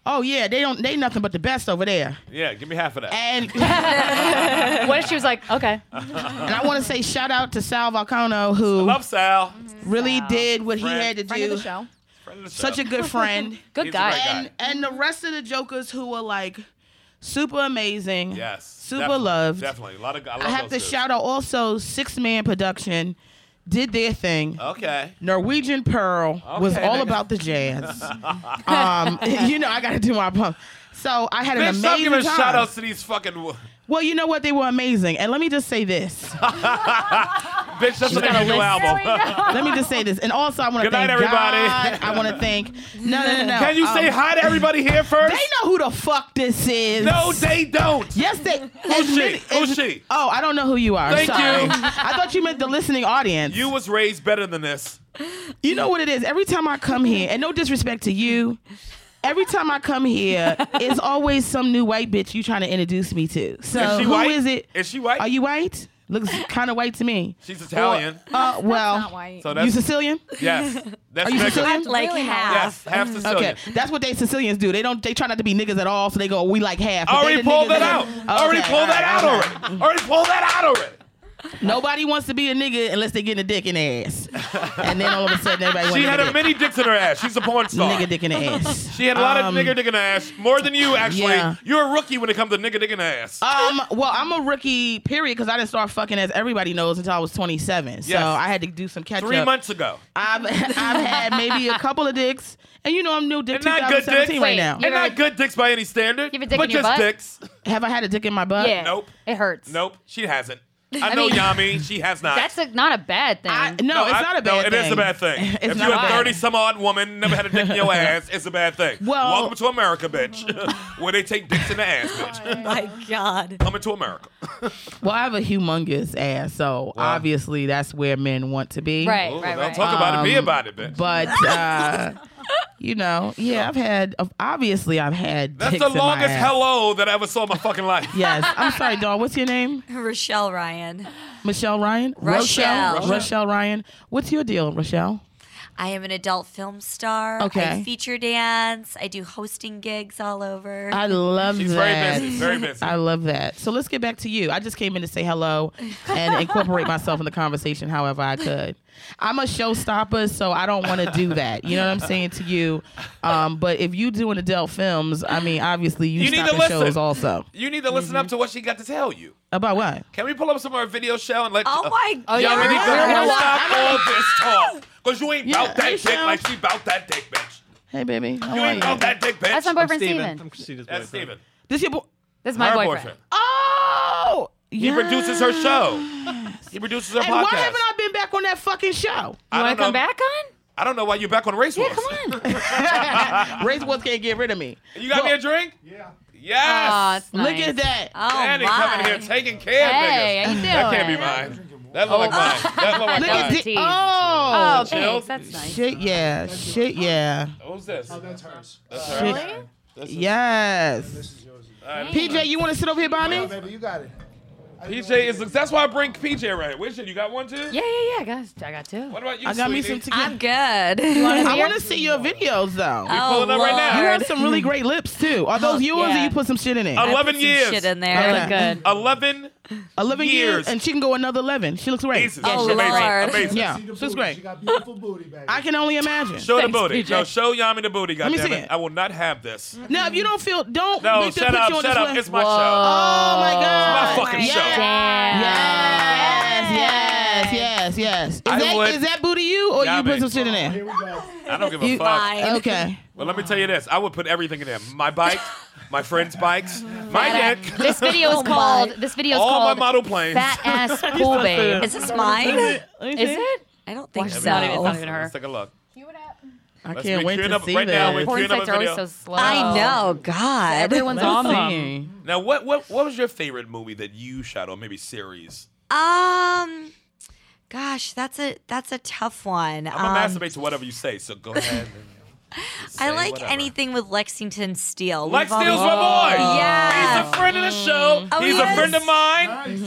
Oh yeah, they don't. They nothing but the best over there.
yeah. Give me half of that.
And and
What if she was like, okay,
I want to say shout out to Sal Volcano who
Love Sal.
really did what
Friend-
he had to
Friend of the
do.
show.
Friend of the
Such
show.
a good friend.
good
He's a great
guy.
and and the rest of the jokers who were like super amazing.
yes.
Super
definitely,
loved.
Definitely. A lot of. I, love
I have to
those dudes.
shout out also Six Man Production did their thing.
Okay.
Norwegian Pearl was
Uh, Okay,
all
nigga.
about the jazz. um, you know I got to do my pump. So I had an
Bitch, stop
amazing
giving
time.
shout outs to these fucking. wo-
Well, you know what? They were amazing. And let me just say this.
Bitch, that's the name of your new album.
let me just say this. And also, I want to
Good night,
thank
everybody.
God. I want to thank. No, no, no, no.
Can you
Um,
say hi to everybody here first?
They know who the fuck this is.
no, they don't.
Yes, they.
Who's she?
admit-
Who's she?
Oh, I don't know who you are.
Thank
Sorry.
you.
I thought you meant the listening audience.
You was raised better than this.
You know what it is? Every time I come here, and no disrespect to you, every time I come here, it's always some new white bitch you trying to introduce me to. So
Is
who
she
is
white?
it?
Is she white?
Are you white? Looks kind of white to me.
She's Italian.
Uh,
Not
well,
white.
Oh. So
you
that's
Sicilian?
yes. That's
Are you
nigga.
Sicilian?
Like
Really
half.
Yes, half Sicilian.
Okay, that's what they Sicilians do. They don't. They try not to be niggas at all, so they go, "We like half."
I
But they
already
the
pulled
niggas
that out. I already
Okay,
pulled that
all
out
right, all right.
already. I already pulled that out already.
Nobody wants to be a nigga unless they get a dick in their ass, and then all of a sudden everybody
She
wants
had
nigga
a many dicks in her ass. She's a porn
dick,
star.
nigga dick in the ass.
She had a lot
Um,
of nigger dick in her ass. More than you, actually.
yeah.
You're a rookie when it comes to nigger dick in her ass.
Um, well, I'm a rookie, period, because I didn't start fucking, as everybody knows, until I was 27. So
Yes.
I had to do some catch
Three
up.
months ago.
I've, I've had maybe a couple of dicks, and you know I'm new dick
They're not good
2017
dicks.
right
Wait,
now.
you-
And not good dicks by any standard.
You have a dick
but
in your
just
butt?
dicks.
Have I had a dick in my butt?
Yeah.
Nope.
It hurts.
Nope. She hasn't. I, know
mean-
Yami. She has not.
That's a, not a bad thing.
I, no, it's
I-
not a bad
no,
thing.
It is a bad thing.
It's
if
not
you're a
bad.
30 some odd woman, never had a dick in your ass, it's a bad thing.
Well-
Welcome to America, bitch. Where they take dicks in the ass, bitch.
My God.
Coming to America.
Well, I have a humongous ass, so obviously that's where men want to be.
Right,
Ooh,
right,
don't
right.
talk about it. Be about it, bitch.
But, uh, you know, yeah, I've had, obviously I've had
That's
dicks
the
in my
longest
ass.
hello that I ever saw in my fucking life.
Yes. I'm sorry, dog. What's your name?
Rochelle Ryan.
Michelle Ryan?
Rochelle.
Rochelle. Rochelle Ryan. What's your deal, Rochelle?
I am an adult film star.
Okay.
I feature dance. I do hosting gigs all over.
I love
She's
that.
very busy. Very busy.
I love that. So let's get back to you. I just came in to say hello and incorporate myself in the conversation however I could. I'm a showstopper, so I don't want to do that. You know what I'm saying to you? Um, but if you doing adult films, I mean, obviously you,
You need to
stopping shows
listen.
also.
you need to listen
Mm-hmm.
up to what she got to tell you.
About what?
Can we pull up some of her video show and let
oh my
Oh,
God.
yeah,
Y'all
we
need to
were- we were
stop all this talk. Because you ain't
Yeah,
bout that
hey,
dick
Shell.
like she bout that dick, bitch.
Hey, baby. How
You
are
ain't
you?
bout that dick, bitch.
Oh, That's my boyfriend,
Steven.
Steven.
I'm Christina's
That's
boyfriend.
Steven.
This your boy?
This is my
Her
boyfriend.
Oh,
He
yeah.
produces her show. He produces her
And
podcast.
why haven't I been back on that fucking show?
You
I
want
don't
to come
know-
back on?
I don't know why you're back on Race Wars.
Yeah, come on.
Race Wars can't get rid of me.
You got me a drink?
Yeah.
Yes.
Aw, it's
Look
nice.
at that.
Oh
Danny coming here
my.
taking care of
Hey,
niggas.
how you
That can't be
doing?
mine. That look like mine. That look like
Look at
Oh,
mine.
this.
geez.
Oh.
Oh, thanks. That's nice.
Shit, yeah. Shit, yeah.
Who's this?
That's hers.
That's her.
Shit. Yes. PJ, you want to sit over here by me?
Baby, you got it.
PJ is. That's why I bring PJ right here. Where's it? You got one too?
Yeah, yeah, yeah. I got, I got two.
What about you,
I got me
sweetie?
some
I'm
tequila.
good.
I want to see your videos though.
oh,
pulling up right now.
Lord.
You have some really great lips too. Are those yours or
yeah.
you put some shit in it?
I put
11
some
years.
Shit in
They
there.
look good.
11
Eleven years.
years.
and she can go another eleven. She looks great.
aces.
Oh,
amazing.
Lord.
Amazing.
Yeah,
See the
she's
booty.
great.
She got beautiful booty, baby.
I can only imagine.
Show
Thanks,
the booty.
PJ.
No, show Yami the booty,
me see
goddammit.
it.
I will not have this.
Oh
Now, if you don't feel, don't
No,
make them
shut
put
up,
you on
shut
this
up.
one.
It's my show.
Oh my
my
god!
fucking
yes.
show.
Yes, yes, yes, yes. Is
I
that,
would-
is that booty Oh, you or
Yeah,
you put
babe.
some shit in there?
Here we go.
I don't give a fuck.
Fine.
Okay.
But let me tell you this. I would put everything in there. My bike, my friend's bikes, my dick,
This video is called. This video is
all Oh my
called.
model planes.
Fat ass pool babe.
Is this mine?
Is it?
I don't think
It's
so.
not even- it's not even her.
Let's take a look.
Cue it up.
I
Let's
can't
be
wait
queuing
to
up
see
right now. We're
this.
Porn
queuing up
sites
a
are always
video.
so slow.
I know. God.
Everyone's on them.
Um,
Now, what, what what was your favorite movie that you shot, or maybe series?
Um, gosh, that's a that's a tough one.
I'm gonna
Um,
masturbate to whatever you say. So go ahead. and
I
say
like
whatever.
anything with Lexington Steel.
Lex
We've all-
Steele's my boy.
Yeah.
He's a friend of the
Mm.
show.
Oh,
He's
he
a friend
is?
of mine.
Mm-hmm. Is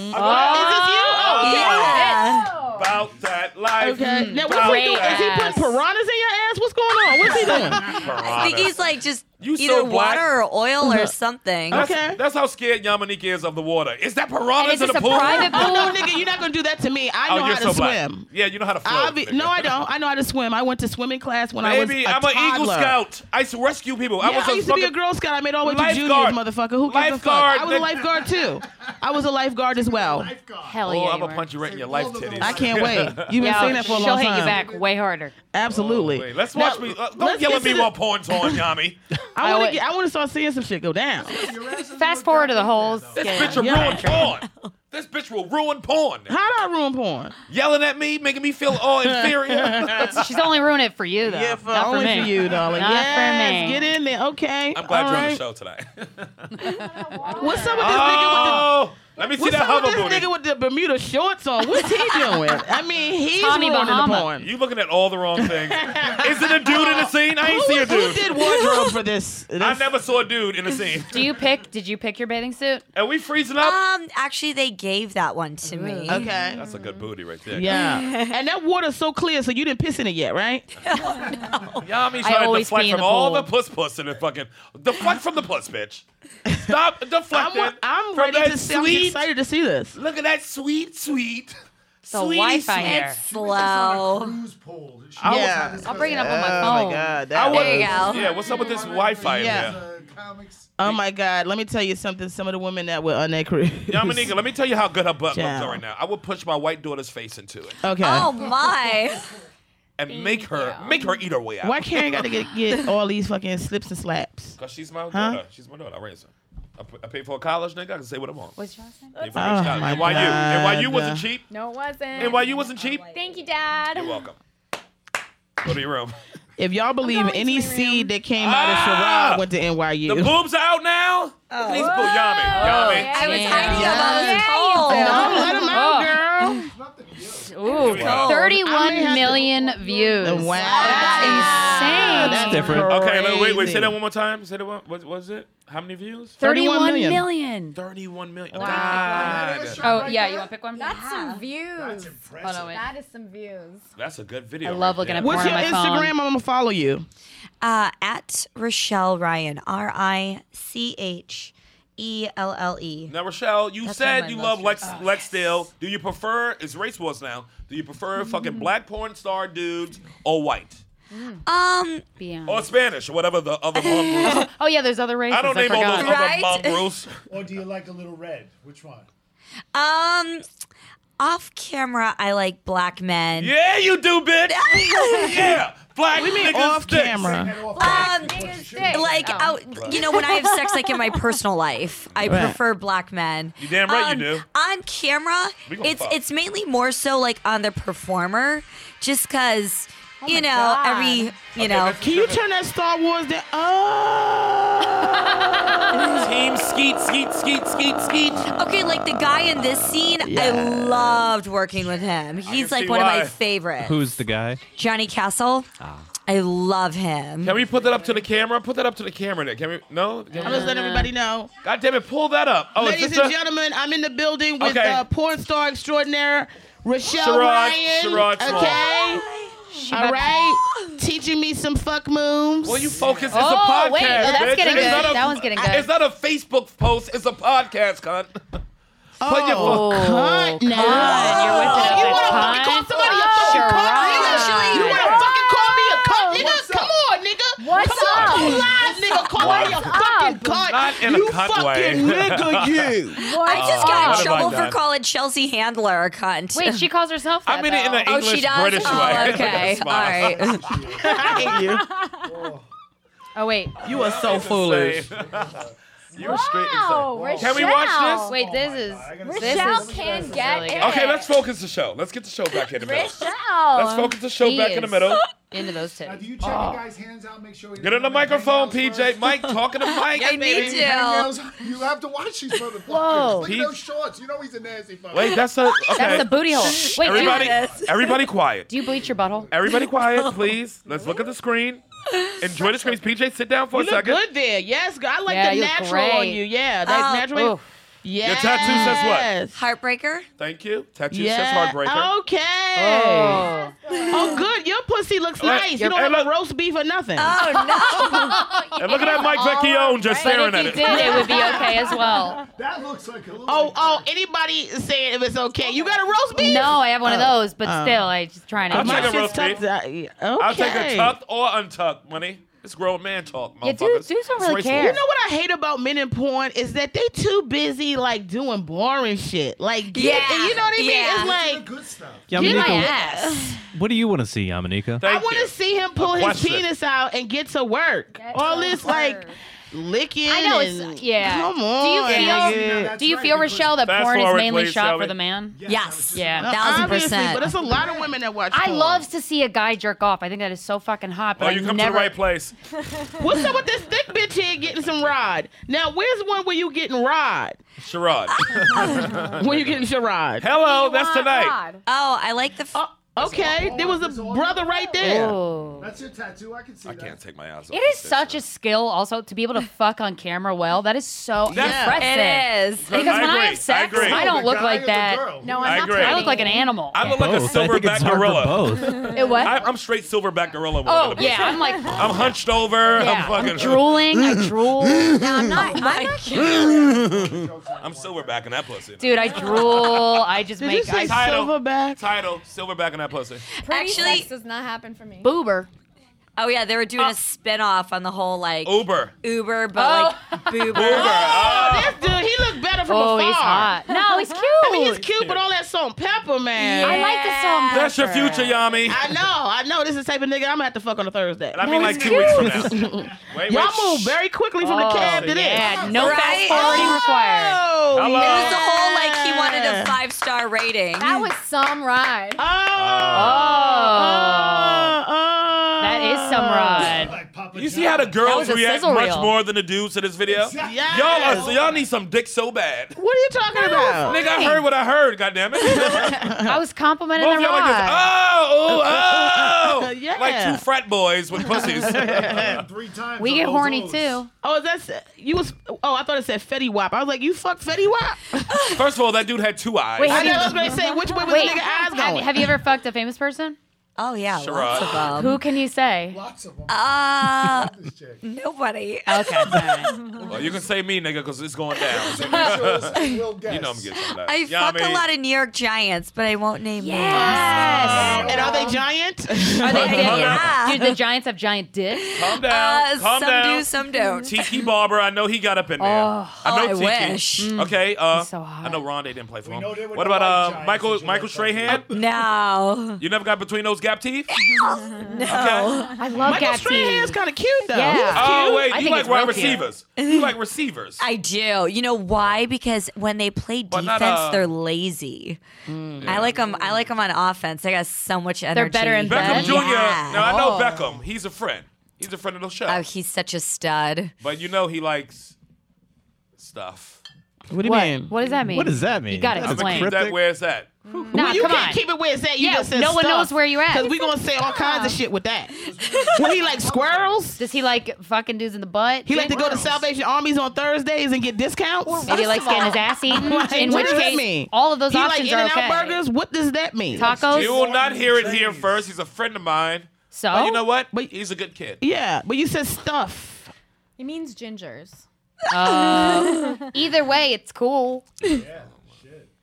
this you? Okay.
Yeah.
About that life.
Oh.
Mm.
Okay. Now, what's he
Great
doing? Is he
ass.
putting Oh, piranhas in your ass? What's going on? What's he doing?
I think he's like just
You so
either
black.
water or oil or something.
That's,
Okay.
that's how scared Yamanika is of the water. Is that
And
piranhas
is
in
this
the
a
pool?
private
Oh,
pool?
no, nigga, you're not going to do that to me. I
oh,
know
you're
how
so
to swim.
black. Yeah, you know how to float.
I'll be-
nigga.
no, I don't. I know how to swim. I went to swimming class when
Baby,
I
I'm
was a
an Eagle
toddler.
Scout. I used to rescue people. I
Yeah,
was
I used to
fucking,
be a Girl Scout. I made all the way to juniors,
Lifeguard.
motherfucker. Who gives a
Lifeguard,
fuck? I was a
nigga.
lifeguard too. I was a lifeguard as well.
Hell yeah.
Oh, I'm
you
gonna
were.
punch you right in your life titties.
I can't wait. You've been
Yeah,
saying that for a long
she'll
time.
hit you back way harder.
Absolutely.
Wait, let's watch
Now,
me. uh, don't
let's
yell
get
at
to
me
the-
while porn's on, Yami.
I
I
want
would-
to. I want to start seeing some shit go down.
Fast forward to the whole.
This
skit.
bitch will
Yeah.
ruin porn. This bitch will ruin porn.
How do I ruin porn?
Yelling at me, making me feel all inferior.
She's only ruining it for you though.
Yeah, for,
Not
only
for, me.
you, darling.
Not for
yes,
me.
get in there. Okay.
I'm glad
All
you're on the
right.
show tonight.
What's up with this nigga with the?
oh, let me see
What's
that
up
hover
with this
booty.
nigga with the Bermuda shorts on? What's he doing? I mean, he's
Tommy
ruining
Bahama.
the porn.
You looking at all the wrong things. Is it a dude in the scene? I ain't
who,
see a
who
dude.
did wardrobe for this?
I
this-
never saw a dude in the scene.
Do you pick? Did you pick your bathing suit?
Oh,
Are we freezing up?
Um, actually, they gave that one to me.
okay.
That's a good booty right there.
Yeah. and that water's so clear, so you didn't piss in it yet, right?
Yami
I
trying to
always
deflect
pee in
from
the
all the
pool.
puss puss in the fucking deflect from the puss bitch. Stop
I'm,
deflecting.
wa- I'm
from
ready
that
to see. I'm
sweet.
excited to see this.
Look at that sweet, sweet.
The
sweet,
Wi-Fi
sweet-
here.
Slow.
Who's pulled? She
Yeah.
knows how
I'll
this
bring it up on my
Oh
phone.
my god.
I
That
want-
There you go.
Yeah, what's up with this Wi-Fi
Yeah.
in here?
goes. Uh, comics.
oh my god. Let me tell you something. Some of the women that were on that cruise.
Yamanika, let me tell you how good her butt looks
Ciao.
right now. I would push my white daughter's face into it
Okay.
Oh my.
and make her make her eat her way out.
Why Karen got to get, get all these fucking slips and slaps?
Cause she's my
Huh?
daughter. She's my daughter. I raised her. I, p- I paid for a college, nigga. I can say what I want.
What's your last name?
Paid for a college.
Oh my
and why you? And why you
God.
wasn't cheap?
No, it wasn't.
And why you wasn't cheap?
Thank you, Dad.
You're welcome. Go to your room.
If y'all believe
going
any
to my room.
seed that came
Ah!
out of Sherrod went to NYU.
The boobs are out now. Look at these boobs. Yummy, yummy.
I was
Yeah.
hiding
Yeah.
about
Oh, let 'em out, girl.
Ooh,
Wow.
thirty-one
have to-
million views.
Wow.
That's insane.
That's
different.
Okay, look, wait, wait. Say
crazy.
that one more time. Say that one. What was it? How many views?
31
Thirty-one
million.
million.
Thirty-one million. God,
Oh yeah, you want to pick one?
That's some views. That's
Hold on, wait.
That is some views.
that's a good video.
I love
right
looking
there.
at
What's
Porn
your
on my
Instagram?
phone.
I'm gonna follow you.
Uh, at Rochelle Ryan, R I C H E L L E.
Now, Rochelle, you
That's one
said
of
you
my
love Lex
most-
Lex Steele. Do you prefer? It's race wars now. Do you prefer fucking black porn star dudes or white
Um,
Beyond.
or Spanish or whatever the other mom rules?
Oh yeah, there's other races.
I don't name all
forgot.
those
Right?
other mom rules.
Or do you like a little red? Which one?
um, off camera, I like black men.
Yeah, you do, bitch. yeah, Black
We mean
niggas
off
dicks.
camera.
Um,
Niggas dick.
like
Oh.
out, you know, when I have sex, like in my personal life, I
Right.
prefer black men.
You damn right you
Um,
do.
On camera,
We gonna
it's
fuck.
it's mainly more so like on the performer, just because you know
God.
every you know.
that's-
Can you turn that Star Wars down?
Ah!
Oh.
Team skeet, skeet, skeet, skeet, skeet.
Okay, like the guy in this scene,
Yeah.
I loved working with him. He's
see
like one of
why.
my favorites.
Who's the guy?
Johnny Castle? I love him.
Can we put that up to the camera? Put that up to the camera. There. Can we? No. Can
I'm
we-
just letting everybody know.
God damn it! Pull that up. Oh,
Ladies
is this
and
a-
gentlemen, I'm in the building with
Okay.
uh, porn star extraordinaire Rochelle
Sherrod-
Ryan.
Sherrod Small.
okay. All right. Teaching me some fuck moves.
Well, you focus. It's a
Oh,
podcast.
wait, oh, that's
bitch.
getting
It's
good.
not a-
That one's getting good.
It's not a Facebook post. It's a podcast, cunt. Put your
Oh,
fuck-
You're
cunt now.
with it
Oh,
up
you
at
wanna fucking
cunt?
call somebody a fucking cunt,
Sherrod.
nigga? You wanna fucking call me a cunt, nigga? Come on, nigga.
What's
Come on,
up?
come live, nigga. Call me a fucking cunt.
Not in a
you
cunt way.
fucking nigga, you.
I just got in
What have I
trouble
done?
for calling Chelsea Handler a cunt.
Wait, she calls herself that.
I mean it in
though.
an
oh,
English
she does?
British
oh,
way.
okay. All
Smile.
right.
I hate you.
Oh wait.
You are so foolish.
you were straight
Wow,
insane. Can we watch this?
Wait, this
Oh
is this
Rochelle
is
can
this is
get
really
it.
good.
Okay, let's focus the show. Let's get the show back in the middle.
Rochelle.
Let's focus the show
He
back in the
is
middle.
into those
Now, do
titties.
you check your guy's hands out? Make sure. he
Get on the
doesn't have any
microphone,
hangnails
PJ.
first?
Mike, talking to Mike.
I need
baby.
to.
Hangnails? You have to watch these motherfuckers.
Whoa.
Look at
He's-
those shorts. You know he's a nasty fucker.
Wait, that's a. Okay.
That's a booty hole. Wait, do you,
Everybody, everybody quiet.
do you bleach your butthole?
Everybody quiet, please. Let's look at the screen. Enjoy the screens. PJ, sit down for a
You look
second.
good there. Yes, girl. I like
Yeah,
the
you look
natural on
great.
you. Yeah, that's
Oh.
natural.
Ooh.
Yes.
tattoo says what?
Heartbreaker?
Thank you. Tattoo says
Yeah.
heartbreaker.
Okay. Oh.
Oh.
good. Your pussy looks
Like,
nice.
your-
You don't have
look-
a roast beef or nothing.
Oh, no.
And look at that Mike Vecchione just
But
staring
if
at
you
it.
did, it would be okay as well.
that looks like a little.
oh, oh. Anybody saying if it's okay? You got a roast beef?
No, I have one of those, but still, I just trying to.
I'll
My
take a
shit's
roast beef.
tucked out. Yeah, Okay.
I'll take a tucked or untucked, money. It's grown man talk, motherfuckers.
Yeah, dudes- dudes don't
It's
really
race
care.
war.
You know what I hate about men in porn is that they too busy like doing boring shit. Like get-
Yeah.
you know what I mean?
Yeah.
It's like
good stuff.
get my
Yamanika,
ass.
what do you want to see, Yamanika?
Thank
I want
you.
to see him pull
A
his
question.
penis out and get to work. All this like licking.
I know it's-
and-
yeah.
Come
Do you
on.
feel-
nigga.
Do you feel, Rochelle, that
Fast
porn is
forward,
mainly
please,
shot
Shelby.
for the man?
Yes.
Yeah.
No,
Thousand
obviously,
percent.
But there's a lot of women that watch.
I
porn.
love to see a guy jerk off. I think that is so fucking hot. But
Oh,
I
you come
never,
to the right place.
What's up with this thick bitch here getting some rod? Now, where's one where you getting rod?
Sherrod.
When you getting your rod?
Hello, that's tonight.
Oh, I like the. F-
Oh, okay, there was a brother right there.
Ooh.
That's your tattoo. I can see
I
that.
can't take my eyes off.
It is such a skill, also, to be able to fuck on camera well. That is so
Yeah.
impressive.
it is.
Because when I
agree.
have sex,
I agree.
I don't
The
look
guy or
like
the girl?
that.
No,
I
I'm
agree.
I look like an animal.
I look like a
Both. I think it's
silverback
hard
gorilla.
for both.
It what?
I, I'm straight silverback gorilla.
oh
100%.
yeah, I'm like
I'm hunched over.
yeah,
I'm
I'm,
fucking
drooling. I drool.
I'm not. I'm not
I'm silverback in that pussy.
Dude, I drool. I just
Did you
make
say
I
Title.
silverback?
Title: Silverback in that pussy.
Actually-
sex does not happen for me.
boober.
oh yeah, they were doing a spin-off on the whole like
Uber.
Uber, but like
Uber.
boober.
Oh,
This dude, he looked better from
Oh,
afar.
he's hot. No, he's cute.
I mean, he's cute, but all that salt and pepper, man.
I like the song.
that's your
Pepper.
future, Yami.
I know, I know. This is the type of nigga I'm gonna have to fuck on a Thursday.
And I mean like two weeks from now. Wait,
Y'all
wait,
move
shh.
very quickly from
Oh,
the cab to this.
yeah, no
Right?
fast forwarding required.
Oh,
Hello.
It
yeah.
was the whole like he wanted a five-star rating.
That was some ride.
Uh,
Oh,
Oh,
oh.
that is some ride.
Like Papa
You see how the girls
was a
react
sizzle
much
reel.
more than the dudes to this video?
Yes.
Y'all are, so y'all need some dick so bad.
What are you talking about?
Nigga, I heard what I heard, goddammit. Both
I was complimenting
y'all
the
like this.
ride.
Oh, oh, oh.
Yeah.
Like two frat boys with pussies.
Jack three times.
we
on
get
those
horny
O's.
too.
Oh, that's you was. Oh, I thought it said Fetty Wap. I was like, you fuck Fetty Wap.
First of all, that dude had two eyes.
Wait,
I
have
know.
you,
I was gonna say which way was
wait,
the nigga eyes
have,
going?
have you ever fucked a famous person?
oh yeah,
Sure.
lots of them.
Who can you say?
Lots of them.
Uh,
This chick.
nobody.
Okay, all right.
well, you can say me, nigga, because it's going down.
We'll guess.
you know I'm getting some of that.
I
You know
fuck
what I
a lot of New York Giants, but I won't name
yes.
and are they giant?
Are they
Calm
down.
Dude, the Giants have giant dicks.
Calm
names.
down.
Uh,
Calm
some
down.
do, some don't.
Tiki Barber, I know he got up in there. I know
Oh, I
Tiki.
wish.
Okay, uh,
He's so hot.
I know Rondé didn't play for
know they
him.
were
What
the
about
white
uh,
giants
Michael
that you
Michael
were fucking
Strahan?
No.
You never got between those gap teeth?
No.
I love
Michael
cat
Strahan's
teeth.
kind of cute though.
Yeah.
He's
Oh
cute.
wait,
I
you
think
like
it's
wide
real cute.
receivers. You like receivers.
I do. You know why? Because when they play
But not,
defense,
uh, Mm.
they're lazy. I like them. I like them on offense. They got so much energy.
better in
Beckham
Bad?
Jr. Now I know
Oh.
Beckham. He's a friend. He's a friend of the show.
Oh, he's such a stud.
but you know he likes stuff.
What do you
What?
mean?
what does that mean?
What does that mean?
You gotta
That is
explain.
Keep that
cryptic.
where it's at.
Nah,
well, you
come
can't
on.
keep it where it's at. You
Yeah,
just said
no one knows where you're at.
Because we gonna say all kinds of shit with that. when he like squirrels,
Does he like fucking dudes in the butt?
he like to go to Salvation Armies on Thursdays and get discounts.
Maybe he likes getting his ass eaten. in
what
which
does that
case,
mean?
all of those
he
options
like
are
In-N-Out
okay.
burgers. What does that mean?
Tacos.
You will not hear it here first. He's a friend of mine.
so
But you know what?
But-
he's a good kid.
Yeah, but you said stuff.
It means gingers.
Either way, it's cool.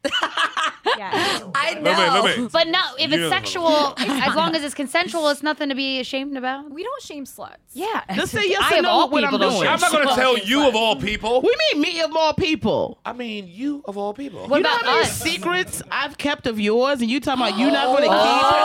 Yeah.
I know.
Wait, wait, wait, wait.
But no, if
Yeah.
it's sexual, as long as it's consensual, it's nothing to be ashamed about.
we don't shame sluts.
Yeah.
Just say yes
I
or
of
no
all
what I'm
people don't
doing.
shame
I'm not going to
sluts.
tell you of all people.
We mean me of all people.
I mean, you of all people.
What
You know
about
how many
us?
secrets I've kept of yours, and you talking about you not going to keep it?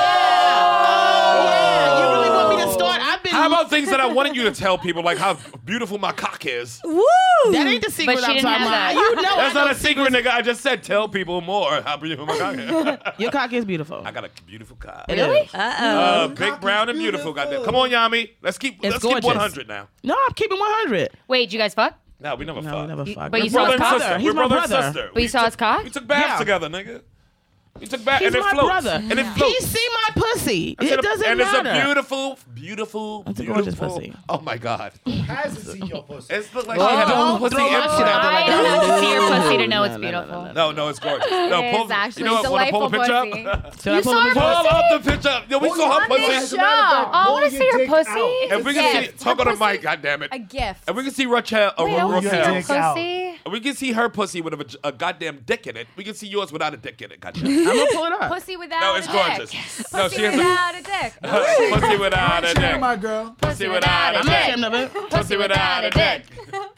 Yeah. Oh, yeah. You really want me to start? I've been.
How about things that I wanted you to tell people, like how beautiful my cock is?
that ain't the secret
she
I'm
didn't
talking
have
about.
that.
You know I
That's
know
not a secret, nigga. I just said tell people more how beautiful my cock is.
Your cock is beautiful.
I got a beautiful cock.
Really?
Uh, big, brown, and beautiful. Goddamn. Come on, Yami. Let's keep. let's keep
gorgeous.
100 now.
No, I'm keeping 100.
Wait, you guys fuck?
No, we never
No,
fucked.
we never fucked.
but
We're
you saw
brother
his
and
cock?
sister.
He's
We're
my
brother,
brother.
and sister.
But you saw his cock?
We took baths
Yeah.
together, nigga. We took baths,
He's
and it
my
floats.
brother.
And it floats.
He see my pussy.
It's
it
a-
doesn't
and
matter.
it's a beautiful, beautiful,
That's a
beautiful.
gorgeous pussy.
Oh my god,
Hasn't seen your pussy.
it's look like she had a
don't
pussy
throw my
implant.
shit out there
I
like
don't
that.
have to see your pussy to know
No,
it's
no, no, no,
beautiful.
No, no, it's gorgeous. No,
It
pull,
is actually
you know what? Wanna pull the picture
delightful
up?
Should I
You
pull
saw
the
her
Pull
picture?
up the picture up. Yo, we saw her
on this
pussy.
show. Oh, I wanna see her pussy.
If we can see,
Yes.
talk on
Her
the mic,
pussy-
goddammit.
A gift.
And we can see Raquel, uh,
Wait, I want to see
your
your
Raquel.
dick out.
pussy.
And we can see her pussy with a, vag- a goddamn dick in it. We can see yours without a dick in it. Goddamn.
I'm going to pull it up.
Pussy without
No, it's
a dick.
gorgeous. No,
Pussy
she has a
without a dick.
pussy without a
Share my
dick.
girl.
Pussy without a
I'm not
dick.
ashamed of it.
Pussy without a dick.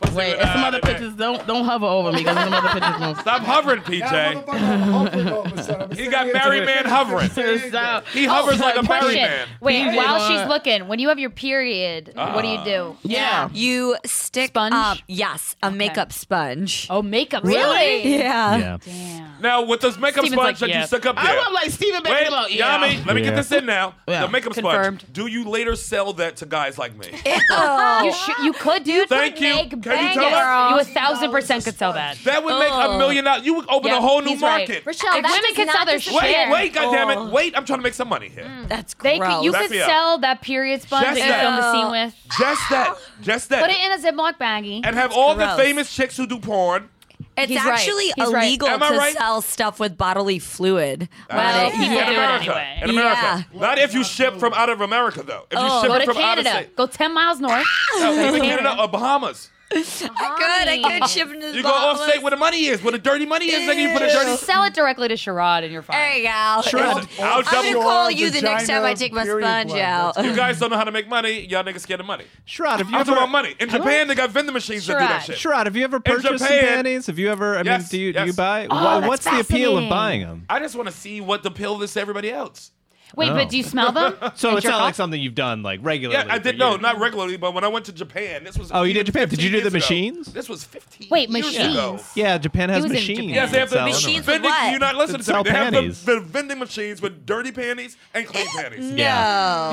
Pussy
Wait,
without
and some
a
other
dick.
pictures don't don't hover over me because some other pictures don't.
Stop hovering,
That
PJ.
motherfucker hovering all of a sudden.
He got Barry Man hovering.
Stop.
He hovers like a Barry
oh, Question.
Man.
Wait,
Yeah.
while she's looking, when you have your period, what do you do?
Yeah.
You stick
Sponge?
up. Yes, a makeup sponge.
Oh, makeup.
Yeah.
Yeah.
Now, with this makeup
Steven's
sponge
like,
that you
yeah.
stuck up
I
there.
want like Steven
Wait,
Bailey. Like, yeah.
Yami, let me get
Yeah.
this in now.
Yeah.
The makeup sponge.
Confirmed.
Do you later sell that to guys like me?
You, should, you could, dude.
Thank you.
Make
Can you
bang
tell us?
You a thousand percent could sell that.
That would make a
Oh.
million dollars. You would open a
Yeah,
whole new
he's right.
market.
Rochelle,
If
that
women
does
can
not
sell their
dis-
shit.
Wait,
Fair.
wait, goddamn
Oh.
it! Wait, I'm trying to make some money here.
Mm.
That's
They
gross.
could, you
That's
could
the-
sell that period sponge
Just
that you
that.
filmed the scene with.
Just that, just that,
Put it in a Ziploc baggie.
and have all
gross.
the famous chicks who do porn.
it's
He's right.
actually
He's right.
illegal
Am I
to
right? Uh,
sell stuff with bodily fluid.
Well,
on it.
he
You
will
can't-
do it
America,
anyway.
in America. Not if you ship from out of America, though. If you
Oh.
ship
Go
it
to
from out
Canada.
of state,
Go 10 miles north.
No, go to Canada or Bahamas.
Good. I could ship it to the
You go off
Bahamas.
state where the money is, where the dirty money is. Nigga, you put a dirty.
Sell it directly to Sherrod and you're
There you
fine.
go.
I'll, I'll
I'm gonna
double.
call you the next time
vagina,
I take my
period
sponge
blood.
out.
You guys don't know how to make money. Y'all niggas scared of money.
Sherrod, have you
I'm
ever
talking about money. In Japan, they got vending machines that do that
Sherrod.
shit.
Sherrod, have you ever purchased some
Japan-
panties? Have you ever? I
Yes,
mean, do you do
yes.
you buy?
Oh,
wha-
that's
what's the appeal of
fascinating.
buying them?
I just want to see what the pill is to everybody else.
Wait,
Oh.
but do you smell them?
So
And
it's
jerk
not
off?
like something you've done like regularly.
Yeah, I did.
for
No,
years.
not regularly, but when I went to Japan, this was.
Oh, you did
even
Japan. Did
15
you do the
years ago.
machines?
This was 15
Wait,
years
machines?
ago.
Yeah, Japan has
was in
machines.
Japan.
Yes, they have the
that sell
Machines
them.
with
vending.
what?
You're not listening
That
to me.
sell
They have
panties.
the, the vending machines with dirty panties and clean panties. Yes,
Oh,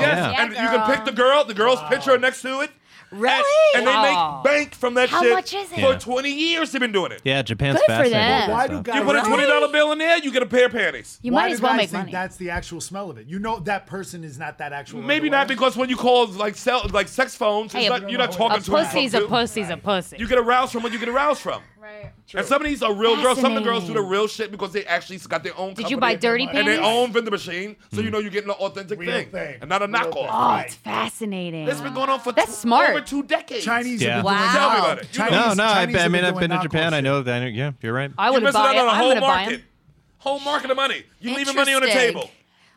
Yeah. Yeah.
and you can pick the girl. The girl's picture next to it.
Really?
And, and they
Wow.
make bank from that
How
shit.
much is it?
For
Yeah.
20 years, they've been doing it.
Yeah, Japan's
Good for
fascinating.
them.
with that
Why do
stuff.
guys?
You put a
why-
twenty dollar bill in there, you get a pair of panties.
You
why
might
do
as well
guys
make
think
money.
That's the actual smell of it. You know that person is not that actual.
Maybe not
underwear.
because when you call like cell like sex phones, it's
Hey,
not,
a-
you're not
A
talking to
pussy's a
them.
pussy's a pussy.
You get aroused from what you get aroused from.
Right.
And some of these are real girls. Some of the girls do the
Fascinating.
real shit because they actually got their own.
Did you
company
buy dirty
And their
panties?
own vending machine, so you know you're getting an authentic
Mm. Real
thing,
thing.
and not a
Real
knockoff.
thing.
Oh,
Right.
it's fascinating.
That's been going on for
That's
two,
smart.
over two decades.
Chinese.
Yeah.
have been doing-
Tell me
Wow.
about it.
Chinese-
No, no. I,
Chinese
I
have
mean, I've
doing
been to
knockoff
Japan. I
shit.
know that. I know, yeah, you're right.
I would
You're
buy
missing out
it.
on a
I'm
whole
gonna buy
market.
it.
Whole market of money. You're leaving money on the
Interesting.
table.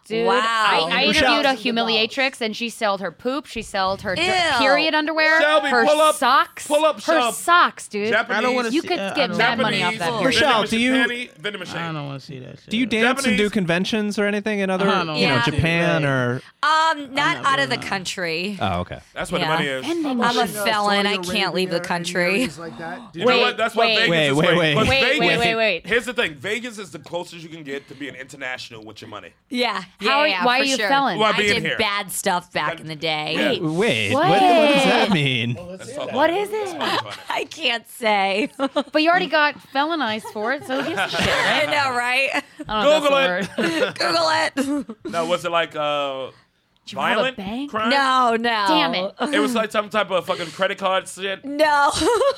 Dude,
Wow.
I, I
Michelle-
interviewed a humiliatrix and she sold her poop. She sold her d-
Ew.
period underwear.
Shelby,
her
pull up-
socks.
pull up,
her
Shel-
socks, dude.
Japanese. I don't wanna
You
see-
could
uh, I
get
don't
mad
know.
money off that.
Japanese.
dude.
Michelle, do you-
vending machine?
I don't want to see that. Shit.
Do you dance and do
Japanese-
conventions or anything in other,
I don't
you know,
know.
Japan
Yeah.
or?
Um, not out of the country.
Oh, okay.
That's where
Yeah.
the money is.
Vending
I'm a
machine.
felon. I can't leave the country.
You
Wait,
know what? That's what
wait.
Vegas
Wait,
is.
wait,
like.
wait.
Plus
Wait,
Vegas,
wait, wait, wait.
Here's the thing: Vegas is the closest you can get to being international with your money.
Yeah.
How-
yeah, yeah,
why
for
are you
sure.
felon?
Why
I
being
did
here?
bad stuff back in the day.
Yeah.
Wait, what, what does that mean?
Let's talk
What
about
is
Let's
it?
talk about it.
I can't say. I
But you already got felonized for it, so who gives a shit, right?
know, right?
I don't know if that's
Google
the word.
Google it.
Now, was it like uh,
rob a
violent
bank?
crime?
No, no.
Damn it.
It was like some type of fucking credit card shit.
No.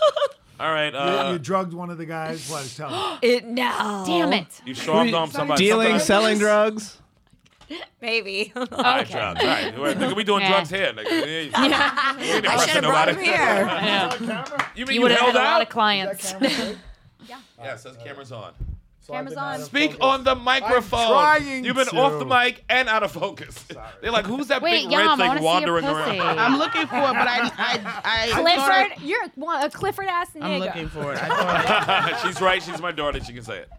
All right.
you
Uh,
drugged one of the guys. What? Tell me.
it no.
Damn it.
you shoved on somebody.
Dealing,
Sometimes-
selling drugs.
Maybe.
All right, drugs. All right. We're, nigga, we doing
Yeah.
drugs here. Like, yeah.
I should have brought him here.
You mean
You
you,
would have had
held
a lot
out?
of clients.
yes, those cameras on.
Cameras on.
Speak on the microphone.
trying
You've been
to.
off the mic and out of focus. They're like, who's that
Wait,
big red
Yum, I
thing
want to see your
wandering
pussy.
around?
I'm looking for it, but I, I, I I thought-
Clifford, you're one- a Clifford ass nigga.
I'm looking for it. I thought
she's right. She's my daughter. She can say it.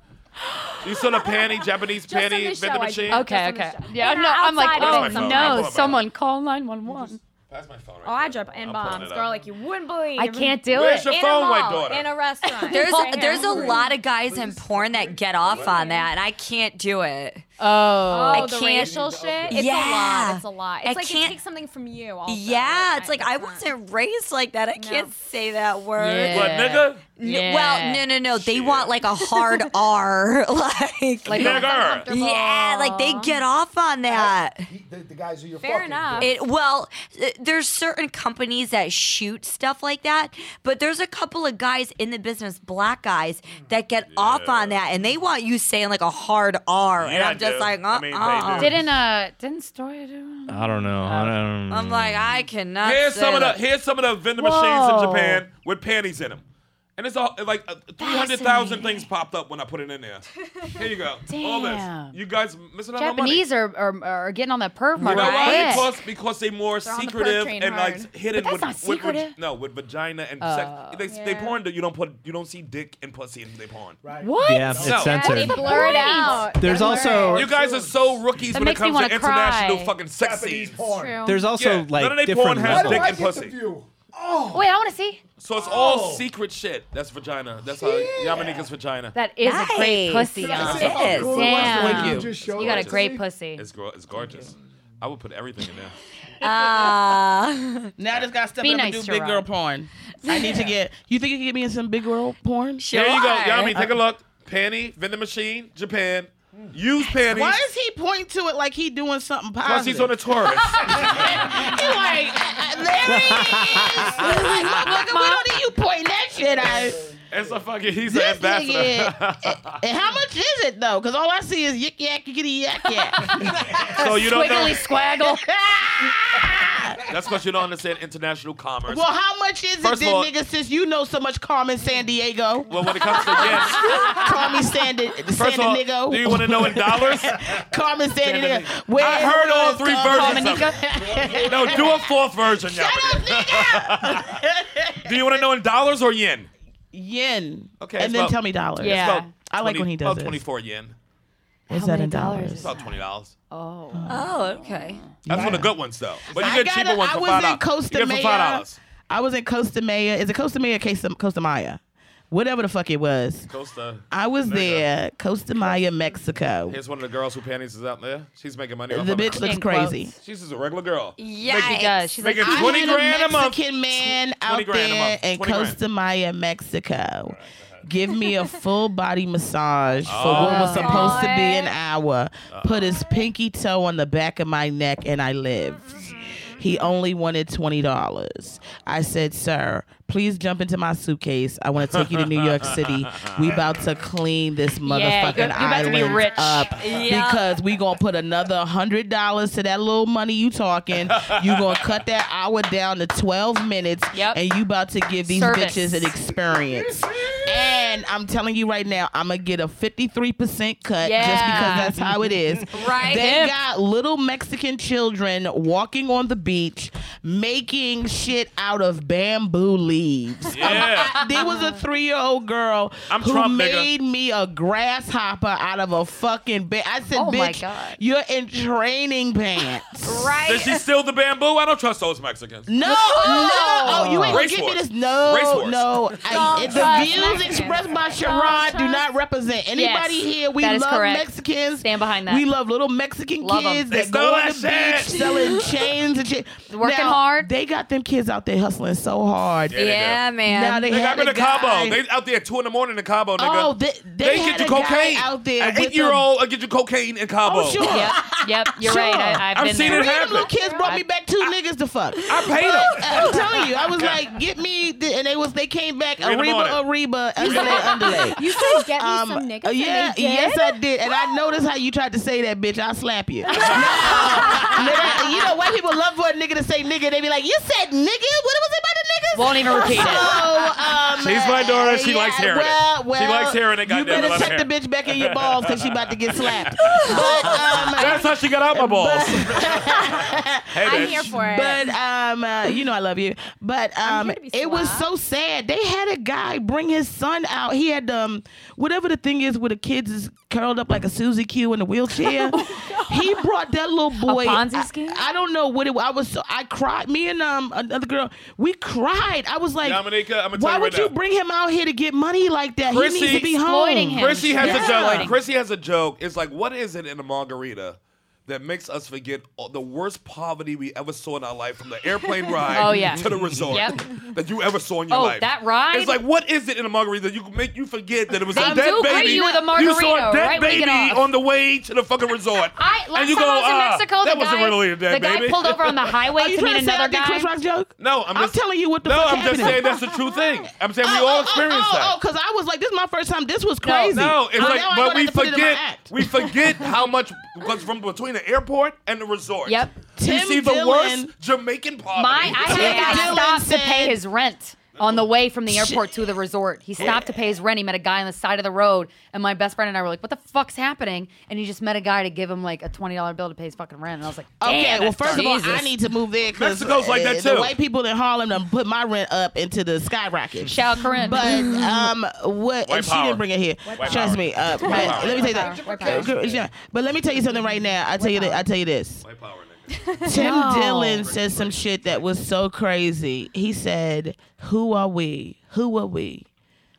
You saw the panty, Japanese
Just on
panty
this
vending
show, I-
machine?
Just
Okay,
on the
okay.
show.
Yeah,
And
no, I'm like,
outside
oh
is my phone. I'll pull
no,
up my
someone call 911.
That's my phone right
Oh, I
there.
drop N
I'm pulling
bombs,
it up.
girl, like you wouldn't believe.
I can't do
Where's
it.
your
in
phone,
a
white
mall,
daughter?
in a restaurant.
There's
Right here.
there's a lot of guys in porn that get off on that, and I can't do it.
Oh.
Oh, the
can't-
racial shit. It's a
Yeah.
lot. It's a lot. It's
I
like it
can't-
takes something from you. Also.
Yeah, it's like I
it's not-
wasn't raised like that. I can't say that word.
What, nigga?
N-
Yeah.
Well, no, no, no. They
Shit.
want like a hard R, like,
Like,
Nigger.
yeah, like they get off on that.
He- the, the guys who you're
Fair
fucking.
enough.
It well, th- there's certain companies that shoot stuff like that, but there's a couple of guys in the business, black guys, that get off on that, and they want you saying like a hard R, and
Yeah,
I'm just
dude.
like, uh,
I mean, they
uh.
do.
didn't uh didn't story do
I don't know. I
Um,
don't.
I'm like, I cannot.
Here's
say
some of the
that.
here's some of the vending machines in
Whoa.
Japan with panties in them, and it's all like uh, three hundred thousand things popped up when I put it in there. Here you go. All
Damn.
this. You guys missing out on money.
Japanese are, are are getting on that perv
You
market.
know why?
quick.
Because because they more
on the perv
secretive
train
and
hard.
like hidden with,
But that's not
with- with-
secretive. Oh,
no with vagina and sex. They, they
Yeah.
porn that you don't put you don't see dick and pussy in they porn.
Right.
What?
Yeah, it's
No.
They
censored.
blur it out.
There's also
You guys are so rookies
That
when it
makes me
comes to
wanna cry.
international fucking sex
Japanese
scenes.
porn.
True.
there's also
Yeah,
like
none of they porn
different
has
Why do
dick
I
levels.
and pussy.
get the view? Oh,
Wait, I want to see.
So it's all
Oh.
secret shit. That's vagina. That's how Yamanika's vagina.
That is a great
Nice.
pussy.
Yeah.
Dom.
It is.
Cool.
Damn.
What's the one
You.
just showed
You got a
us?
great pussy.
It's, gor it's gorgeous. I would put everything in there.
Ah.
it. Now I just got to step
Be
up
nice,
and do big
Gerard.
girl porn. I need to get. You think you can get me in some big girl porn?
There you go. Yami,
Uh,
take a look. Panty, vending machine, Japan.
Hmm.
Use panties.
Why is he pointing to it like he doing something positive?
Plus, he's on a Taurus.
He like, "Uh, uh, there he is. Like, motherfucker, we don't need you pointing that shit out.
it's a fucking, he's an
This
ambassador.
nigga. And how much is it though? Because all I see is yik yak yickety yak yak.
so you don't know.
Squiggly squaggle.
That's because you don't understand international commerce.
well, how much is
First of
it then,
all-
nigga? Since you know so much Carmen San Diego,
Well, when it comes to, yes.
call me San, Di- San
First of all,
Diego.
do you want to know in dollars?
Carmen San Diego. Where
I heard all
was
three
Carmen-
versions of it. No, do a fourth version,
Shut up,
Yami.
nigga.
Do you want to know in dollars or yen?
Yen.
Okay,
And
it's
then
about-
tell me dollars.
Yeah.
About
I like when he does
about
this.
24 yen.
Is
How
that
many
in
dollars
dollars?
is
About $20.
Oh.
oh, okay.
That's one of the good ones, though. But
I
you get
gotta-
cheaper ones
I
for
was
five
in
dollars.
Costa
you get for
Maya.
five dollars.
I was in Costa Maya. Is it Costa Maya or Costa, Costa Maya? Whatever the fuck it was.
Costa.
I was
Mega.
there, Costa Maya, Mexico.
Here's one of the girls who panties is out there. She's making money off
The
of it.
bitch looks
In
crazy.
quotes.
She's just a regular girl.
Yeah.
She does. She's like,
Make it
I
20
had a
grand a month.
Mexican man out
grand a
there
month.
in
20 grand.
Costa Maya, Mexico. Give me a full body massage for what was
Oh,
supposed to be an hour. Put his pinky toe on the back of my neck, and I lived. He only wanted twenty dollars. I said, "Sir, please jump into my suitcase. I want to take you to New York City. We about to clean this motherfucking
you're about to be
island
rich.
up
Yeah.
because we gonna put another hundred dollars to that little money you talking. You gonna cut that hour down to twelve minutes,
Yep.
and you about to give these
Service.
bitches an experience. And I'm telling you right now, I'm gonna get a 53% cut just because
Yeah.
that's how it is.
Right.
They
Yep.
got little Mexican children walking on the beach making shit out of bamboo leaves.
Yeah.
There was a three-year-old girl
I'm
who
Trump, nigga.
made me a grasshopper out of a fucking. Ba- I said,
Oh my
"Bitch,
God.
you're in training pants."
Did she steal the bamboo? I don't trust those Mexicans.
No, no, oh, you ain't gonna
Race
give me
wars.
this. No,
Race wars.
no. I,
trust
the views
Mexicans.
expressed by
Don't
Sherrod do
trust-
not represent anybody
Yes,
here. We
that
love
is correct.
Mexicans.
Stand behind that.
We love little Mexican
Love 'em.
kids
They
that go
stole
on
that
the
shit.
beach selling chains and shit.
Working
Now,
hard.
They got them kids out there hustling so hard.
they do.
Yeah, man.
Now they,
They
had
got me
a
to Cabo.
guy-
They out there at two in the morning in Cabo, nigga.
Oh, they, they,
They get
had
you
a guy
cocaine
out there.
An
with
eight year old get you cocaine in
them-
Cabo.
Oh, sure.
Yep, yep, you're
Sure.
right. I, I've
I've
been
seen
there.
it
Three of them
happen.
little kids brought me back two niggas to fuck.
I paid them.
I'm telling you, I was like, get me, th- and they was they came back
Read 'em
Ariba,
on
Ariba, underlay, underlay.
You said get me
Um,
some niggas.
uh,
and
yeah,
they did?
yes, I did, and I noticed how you tried to say that, bitch. I slap you. No, nigga, you know, white people love for a nigga to say nigga. They be like, you said nigga. What was it about the niggas?
Won't even repeat it.
So, um,
She's my daughter. She likes hearing it.
well,
She
Well,
likes hearing it,
You
goddamn it.
better
Let her
check
hear
the bitch back in your balls because she about to get slapped. But, um,
That's how she got out my balls. hey,
I'm
bitch.
here for it.
But um, uh, you know I love you. But um,
here to be
it was
slapped.
so sad. They had a guy bring his son out. He had um, whatever the thing is where the kids is curled up like a Susie Q in a wheelchair. he brought that little boy.
Oh, Ponzi
I-
scheme?
I, don't know what it. was. I was. So, I cried. Me and um another girl. We cried. I was like,
Dominica, I'ma tell
why
you right
would you
now.
bring him out here to get money like that?
Chrissy-
he needs to be
Exploiting
home.
him.
Chrissy has a
Yeah.
joke. Like Chrissy has a joke. It's like, what is it in a margarita that makes us forget all, the worst poverty we ever saw in our life, from the airplane ride
Oh, yeah.
to the resort
Yep.
that you ever saw in your
Oh,
life?
that ride?
It's like, what is it in a margarita that you can make you forget that it was
They
a
do
dead
greet
baby?
you with a
saw a
margarita
dead
right when you
baby
get off.
on the way to the fucking resort.
I last
and you
time
go,
I was in
"Ah,
Mexico, the
that wasn't
guy,
really a dead
the guy
baby.
pulled over on the
Are
highway
you
to
trying
meet
to say I
another
did Chris
guy.
Rock joke?
No, I'm, just,
telling you what the
No,
fuck
I'm
happened.
just saying that's the true thing. I'm saying we
Oh,
all
oh,
experienced
oh,
that.
Oh, because I was like, this is my first time. This was crazy. Oh,
No, it's
Now
like, but
I gonna
we
have to put it in my
forget
act.
we forget how much because from between the airport and the resort.
Yep.
you
Tim
see the
Dillon-
worst Jamaican poverty.
My, I
Tim
had a guy
Dillon
stop
said-
to pay his rent on the way from the airport to the resort. He stopped to pay his rent. He met a guy on the side of the road, and my best friend and I were like, "What the fuck's happening?" And he just met a guy to give him like a twenty dollar bill to pay his fucking rent. And I was like, "Damn."
Okay, well,
that's
first
dark.
of all,
Jesus.
I need to move there because
Mexico's like that,
The
too.
white people in Harlem done put my rent up into the skyrocket.
Shout out Corinne.
But um, what?
White
and she
power.
didn't bring it here.
Mm. White
Trust
power.
me. Uh, but
power.
let me tell you
White
that.
power.
Yeah, But let me tell you something right now. I tell you. that- I tell you this.
White power, nigga.
Tim Dillon said some shit that was so crazy. He said, "Who are we? Who are we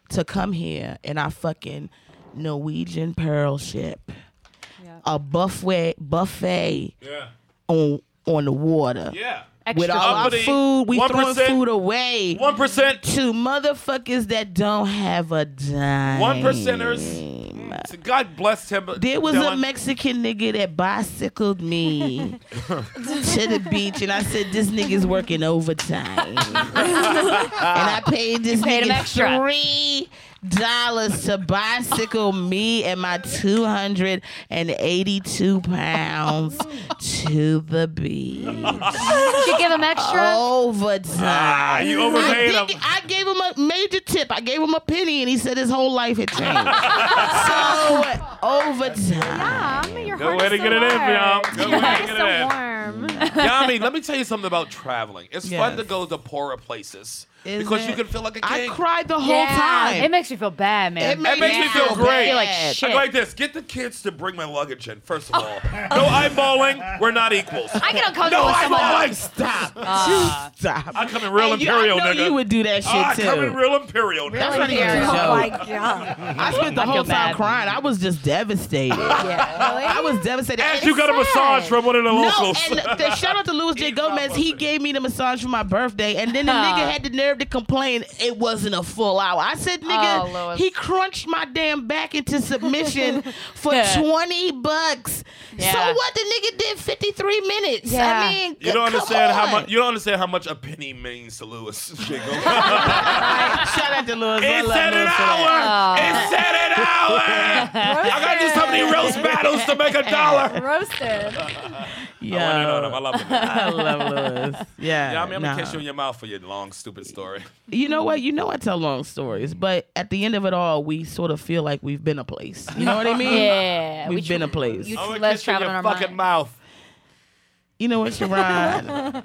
to come here in our fucking Norwegian pearl ship, a buffet buffet
Yeah.
on on the water
Yeah.
with
Extra
all our
Uppity,
food? We throwing
1%.
food away
One percent,
to motherfuckers that don't have a dime.
one percenters. God bless him.
There was a
Dylan.
Mexican nigga that bicycled me to the beach, and I said, "This nigga's working overtime," and I paid this
paid him
nigga
extra.
three dollars to bicycle me and my two hundred and eighty-two pounds to the beach
Did you give him extra?
overtime.
Ah, you overpaid
I,
him.
I gave him a major tip. I gave him a penny, and he said his whole life had changed. so overtime.
Yum, your
Good
heart
way
is
to
so
get it in,
warm.
Bianca. Good
Your
way to
heart is
get it
so
in.
warm.
Yami, let me tell you something about traveling. It's fun
Yes.
to go to poorer places
Is
because you
it-
can feel like a
I
king.
cried the whole
Yeah.
time.
It makes me feel bad, man.
It made
That makes me feel
bad.
great.
I feel like
I
shit.
I go like this. Get the kids to bring my luggage in. First of all, no eyeballing. We're not equals.
I get uncomfortable
no
with someone.
eyeballing.
Stop.
Uh,
Stop.
I come in real
Hey, you-
imperial,
I know
nigga.
you would do that shit
Ah, I
too.
come in real imperial. nigga.
That's not even a
Oh my
joke.
god.
I spent the
I feel
whole time
bad.
crying. I was just devastated. I was devastated.
As
And
you
it's
got a massage
sad.
from one of the
No,
locals.
and the, shout out to Louis J. Gomez. He gave me the massage for my birthday, and then the
Huh.
nigga had the nerve nerve to complain it wasn't a full hour. I said, nigga,
Oh, Lois.
he crunched my damn back into submission for
Yeah.
20 bucks.
Yeah.
So what? The nigga did 53 minutes.
Yeah.
I mean,
You don't
come
understand how
on.
much you don't understand how much a penny means to Lewis.
Shout out to Louis. I
It
love
said an
Louis for that.
Oh.
hour. It said an hour. I got to do so many roast battles to make a dollar.
Roasted.
Yeah.
I want in on him. I love him.
I love Louis. Yeah.
Yeah, I mean, I'm
nah.
gonna kiss you in your mouth for your long, stupid story.
You know
Mm-hmm.
what? You know I tell long stories, but at the end of it all, we sort of feel like we've been a place. You know what I mean?
Yeah,
We've
we
been a
tr-
place.
you-
You,
It's
I'm gonna
less
kiss you in
travel in
your
our
fucking
mind.
mouth.
know what, Sharon?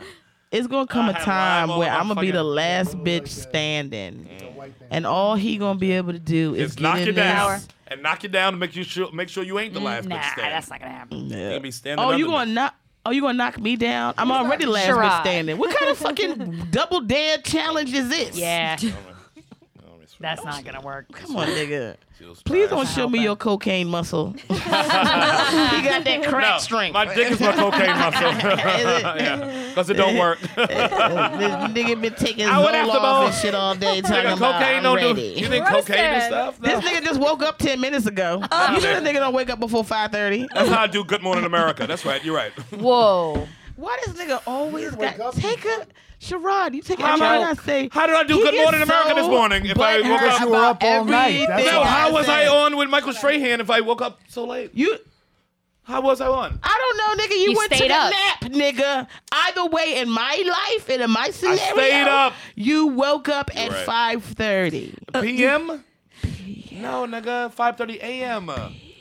it's gonna come
I
a
had
time
lime all
where
over
I'm
my
gonna be the
fucking-
last bitch standing,
Mm.
and all he gonna be able to do is
Just
get
knock
in
you
this-
down and knock you down to make you sure, make sure you ain't the last
Mm, nah,
bitch standing.
that's not gonna happen.
You gonna be standing.
Oh,
under
you
me.
gonna knock? Oh, you gonna knock me down? I'm already last bitch
Sharon.
standing. What kind of fucking double dare challenge is this?
Yeah,
Oh, it's-
that's not gonna work.
Come on, nigga.
feels
Please
bad.
don't show me your cocaine muscle. he got that crack
No,
strength.
My dick is my cocaine muscle. Oh, yeah, because it don't work.
this nigga been taking
I went
Zoloft
after both.
and shit all day talking
Nigga,
about
cocaine
I'm
don't
ready.
do. You think
Roasted.
cocaine and stuff? No.
This nigga just woke up ten minutes ago. you know that nigga don't wake up before five thirty.
That's how I do Good Morning America. That's right. You're right.
Whoa,
Why does nigga always
wake
got
up.
take a Sherrod? You take a
How
joke.
am I-
I say.
how did I do
he
Good
gets
Morning America this
so
morning if I woke
butthurt
up?
You were up all
about
night. That's
everything
No, how was I
said.
on with Michael Strahan if I woke up so late?
You.
How was I on?
I don't know, nigga. You,
You
went to
stayed
the
up.
nap, nigga. Either way, in my life and in my scenario,
stayed up.
You woke up at
right.
five thirty.
Uh,
PM? No, nigga, 5:30 a.m.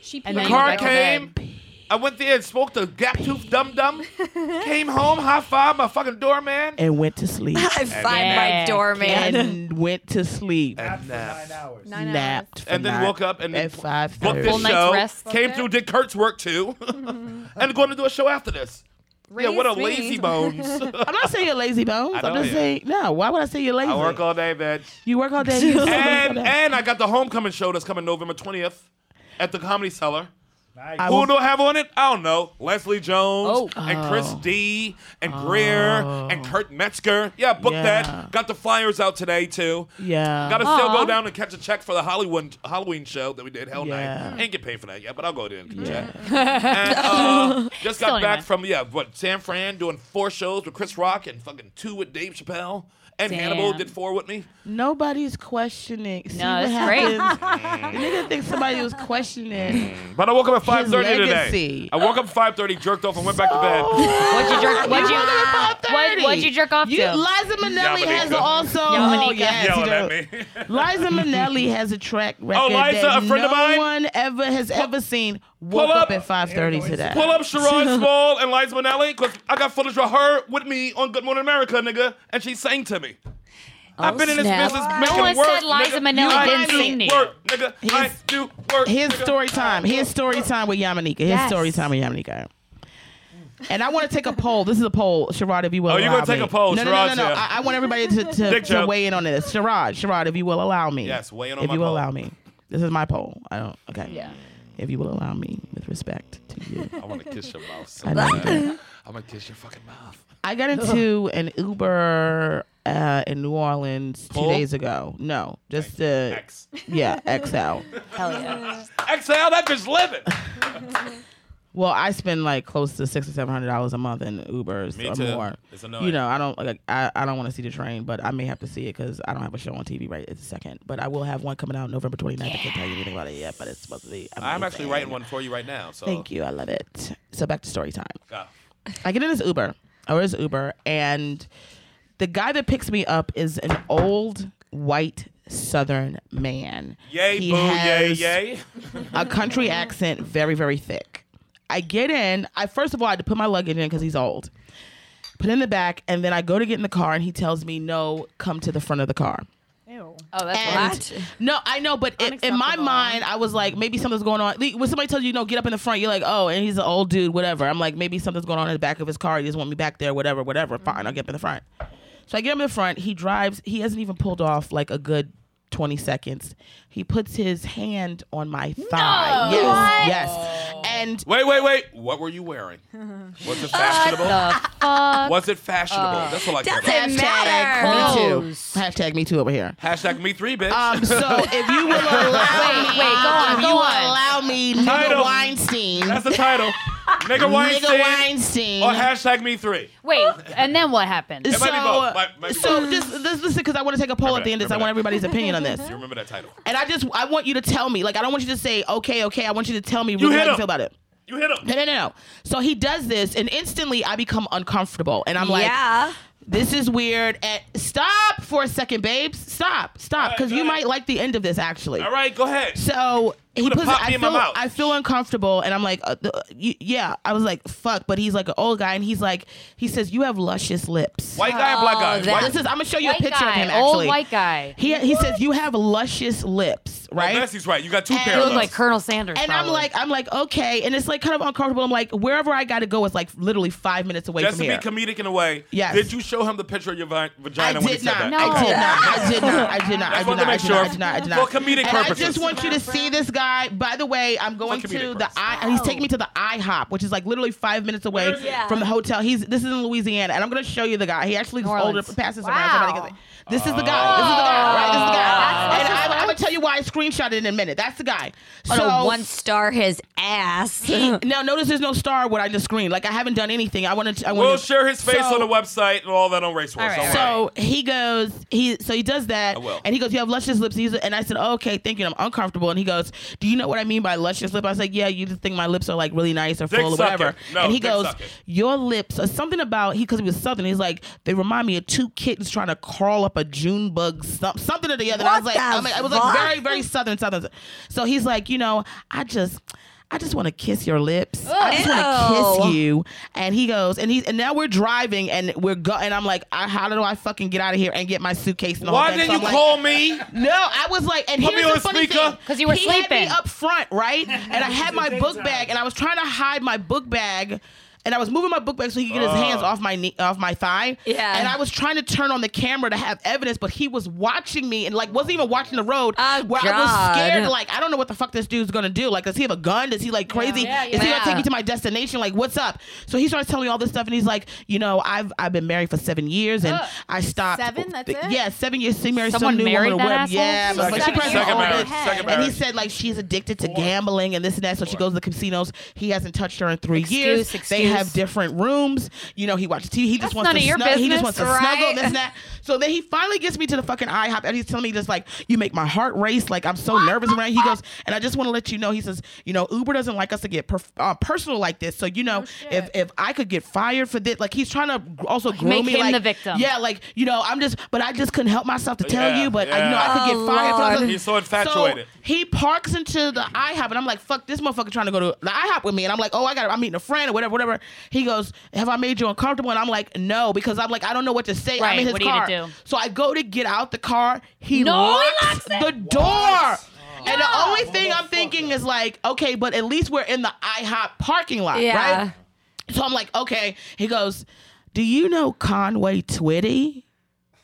She
And then
peed.
you
Car
back to
came.
bed.
I went there and spoke to Gap Tooth Dum Dum. Came home, high five my fucking doorman.
and went to sleep.
I find
Yeah.
my doorman.
and went to sleep.
And,
Nine hours.
Nine hours.
napped. for
and then
nine-
woke up and
at five
booked
thirty.
this
Full night's
show.
rest.
Came through, did Kurt's work too, and going to do a show after this. yeah, what a
Raise me.
lazy bones.
I'm not saying you're lazy bones.
I
I'm
know
just
you.
saying no. Why would I say you're lazy?
I work all day, bitch.
you work all day. you sleep all
and
day.
and I got the homecoming show that's coming November twentieth at the Comedy Cellar.
Nice.
I
Who
will-
do I have on it? I don't know. Leslie Jones
Oh.
and Chris D and Greer and Kurt Metzger. Yeah, book
Yeah.
that. Got the flyers out today too.
yeah.
Got to still go down and catch a check for the Hollywood Halloween show that we did Hell
Yeah.
Night. Ain't get paid for that yet, but I'll go there and get a check. And, uh, just got
Still
back
anyway.
from yeah, what San Fran doing four shows with Chris Rock and fucking two with Dave Chappelle. And Hannibal
Damn.
did four with me.
Nobody's questioning. See
No,
what
that's great.
happens? Nigga think somebody was questioning.
Mm. But I woke up at five
His
thirty today.
legacy.
I woke up at five thirty, jerked off, and went back to bed.
what'd you jerk? What'd you?
woke up at
What,
5:30.
what'd you jerk off
You,
to?
Liza Minnelli
Yamanika.
has also.
Yamanika.
Oh, yes, you
Yelling
know.
at me. Oh,
Liza Minnelli has a track record
Liza,
that
a friend
no
of mine?
one ever has ever seen. Woke
up.
up, at five thirty today.
Pull up Sharon Small and Liza Minnelli, because I got footage of her with me on Good Morning America, nigga, and she sang to me. I've been in this
Oh, snap.
business
No
making
one
work.
said Liza
nigga.
Minnelli
I
didn't
do
sing to you.
work, nigga. I
His-
do work.
His
nigga.
story time. His story time with Yamanika. His
Yes.
story time with Yamanika. And I want to take a poll. This is a poll, Sherrod, if you will.
Oh, you're gonna
allow
take
me.
a poll,
No, no, no,
Sherrod's
no, no.
here.
I, I want everybody to, to,
Dick
to
joke.
weigh in on this. Sherrod, Sherrod, if you will allow me.
Yes, weigh in on
If
my
you will
poll.
allow me. This is my poll. I don't. Okay. Yeah. If you will allow me, with respect to you.
I want to kiss your mouth. So
I know you
bad.
do.
I'm gonna kiss your fucking mouth.
I got into an Uber uh, in New Orleans two
Full?
days ago. No, just uh,
X.
yeah, XL.
XL, that bitch living.
Well, I spend like close to six or seven hundred dollars a month in Ubers
Me
or
too.
more.
It's annoying.
You know, I don't like I, I don't want to see the train, but I may have to see it because I don't have a show on TV right at the second. But I will have one coming out November 29th. ninth. I can't tell you anything about it yet, but it's supposed to be.
I'm actually
amazing.
writing one for you right now. So
Thank you. I love it. So back to story time.
God.
I get in this Uber, or this Uber, and the guy that picks me up is an old white Southern man.
Yay,
He
boo,
has
yay, yay.
A country accent, very, very thick. I get in. I first of all I had to put my luggage in because he's old. Put it in the back, and then I go to get in the car, and he tells me, "No, come to the front of the car."
Oh, that's
And-
wild.
No, I know, but in, in my
Unacceptable.
mind, I was like, maybe something's going on. Like, When somebody tells you, no, get up in the front, you're like, oh, and he's an old dude, whatever. I'm like, maybe something's going on in the back of his car. He doesn't want me back there, whatever,
Mm-hmm.
whatever. Fine, I'll get up in the front. So I get up in the front. He drives. He hasn't even pulled off like a good 20 seconds. He puts his hand on my thigh. Yes. Yes. And
Wait, wait, wait. What were you wearing? Was it fashionable? Was it fashionable? That's all I care about.
Doesn't matter.
me too.
Clothes.
Hashtag me too over here.
Hashtag me three, bitch.
Um, so if you will allow
Wait,
me,
wait, go on,
if
go
you will
on.
allow me,
Title.
nigga Weinstein,
That's the title. Nigga Weinstein.
nigga Weinstein.
Or hashtag me three.
Wait, and then what happened?
It might be both. Might- might be
so
both.
just, just listen, because I want to take a poll
Remember
at the end.
that,
Of this. I want
remember
everybody's opinion on this,
You remember that title?
and I just I want you to tell me. Like I don't want you to say okay, okay. I want you to tell me really
hit
how you
him.
feel about it.
You hit him.
No, no, no, no. So he does this, and instantly I become uncomfortable, and I'm like,
Yeah.
this is weird. And stop for a second, babes. Stop, stop,
right,
because
go
you
ahead.
might like the end of this actually.
All right, go ahead.
So he
Coulda
puts.
popped
I
me
feel,
in my mouth.
I feel uncomfortable, and I'm like, uh, the- y- yeah. I was like, fuck. But he's like an old guy, and he's like, he says, you have luscious lips.
White guy or black guy?
that-
White-
This is. I'm gonna show you a
White
picture of
guy,
him.
old
Actually,
white guy.
He he says you have luscious lips,
Oh,
right?
Bessie's right. You got two
And-
pairs.
You
Look
look like Colonel Sanders.
and I'm
probably.
like, I'm like, okay, and it's like kind of uncomfortable. I'm like, wherever I got to go is like literally five minutes away
Just
from
to be
here.
comedic in a way.
Yes.
Did you show him the picture of your vi-
I
vagina when he
did
said
not.
that?
No.
I did not. I did not. I did not. I
Just wanted to make
did not. I did not. I
sure.
did not. I did
For
not.
comedic
and I
purposes.
just want you to see this guy. By the way, I'm going
For
to
comedic
the
purposes.
I, he's taking me to the IHOP, which is like literally five minutes away from the hotel. He's this is in Louisiana, and I'm going to show you the guy. He actually
New
is older
Orleans.
passes
Wow.
around. Somebody gets it. This is the guy. This is the guy. Right? This is the guy.
That's-
and I'm, I'm gonna tell you why I screenshot it in a minute. That's the guy.
I'm gonna
So
oh, one star his ass.
he- now notice there's no star what I just screened. Like I haven't done anything. I want to. I wanna,
We'll share his face
So-
on the website and all that on Race Wars.
All right,
Don't
all
worry.
So he goes, he so he does that,
I will.
and he goes, "You have luscious lips." He's, and I said, oh, "Okay, thank you." And I'm uncomfortable, and he goes, "Do you know what I mean by luscious lip?" I was like, "Yeah, you just think my lips are like really nice or
Dick
full or
suck it.
whatever."
No,
and he
dick
goes,
suck it.
"Your lips are something about he because he was southern. He's like, they remind me of two kittens trying to crawl up a June bug, some- something or the other." and I was
What
like,
the
I'm like- "I was like
fuck?
very, very southern, southern." So he's like, "You know, I just." I just want to kiss your lips. I just want to
Ew.
kiss you. And he goes, and he's, and now we're driving, and we're go, and I'm like, I, how do I fucking get out of here and get my suitcase? And the
Why
whole thing?
didn't
So
you
I'm like,
call me?
No, I was like, and
Put
here's
me on
the funny
speaker.
thing,
'Cause you were
he had
sleeping.
me up front, right? And I had my book bag, and I was trying to hide my book bag. And I was moving my book bag so he could
Oh.
get his hands off my knee, off my thigh.
Yeah.
And I was trying to turn on the camera to have evidence, but he was watching me and like wasn't even watching the road.
Oh,
where I was scared,
God.
like I don't know what the fuck this dude's gonna do. Like, does he have a gun? Is he like crazy?
Yeah,
Is he gonna
yeah.
take me to my destination? Like, what's up? So he starts telling me all this stuff, and he's like, you know, I've I've been married for seven years, and
Ugh.
I stopped.
Seven? That's it?
Yeah, seven years. She married
Someone
some new
married
woman. or
that
whatever. Yeah,
asshole?
but she
Second-
probably
second
an old
marriage,
bitch.
second
And he
marriage.
said like she's addicted to gambling and this and that, so she goes to the casinos. He hasn't touched her in three
Excuse,
years. They
excuse.
have different rooms. You know, he watches TV. He
That's
just wants
none
to
of your
snuggle. He
business,
just wants to
right?
snuggle. This and that. So then he finally gets me to the fucking IHOP, and he's telling me just like, "You make my heart race. Like I'm so nervous around." you." He goes, and I just want to let you know. He says, "You know, Uber doesn't like us to get per- uh, personal like this. So you know, if if I could get fired for this, like he's trying to also groom
Make
me,
him
like,
the victim.
Yeah, like you know, I'm just, but I just couldn't help myself to tell
Yeah,
you, but I
yeah.
you know I could
Oh,
get fired. for
Lord.
this."
He's so infatuated.
he parks into the IHOP, and I'm like, "Fuck this motherfucker trying to go to the IHOP with me." And I'm like, "Oh, I got, I'm meeting a friend or whatever, whatever." He goes, "Have I made you uncomfortable?" And I'm like, "No," because I'm like, I don't know what to say. I'm
Right,
in his
what are you
car.
gonna do?
So I go to get out the car. He
No, he
locks the door. And the only thing I'm thinking is like, okay, but at least we're in the IHOP parking lot,
Yeah.
right? So I'm like, okay. He goes, "Do you know Conway Twitty?"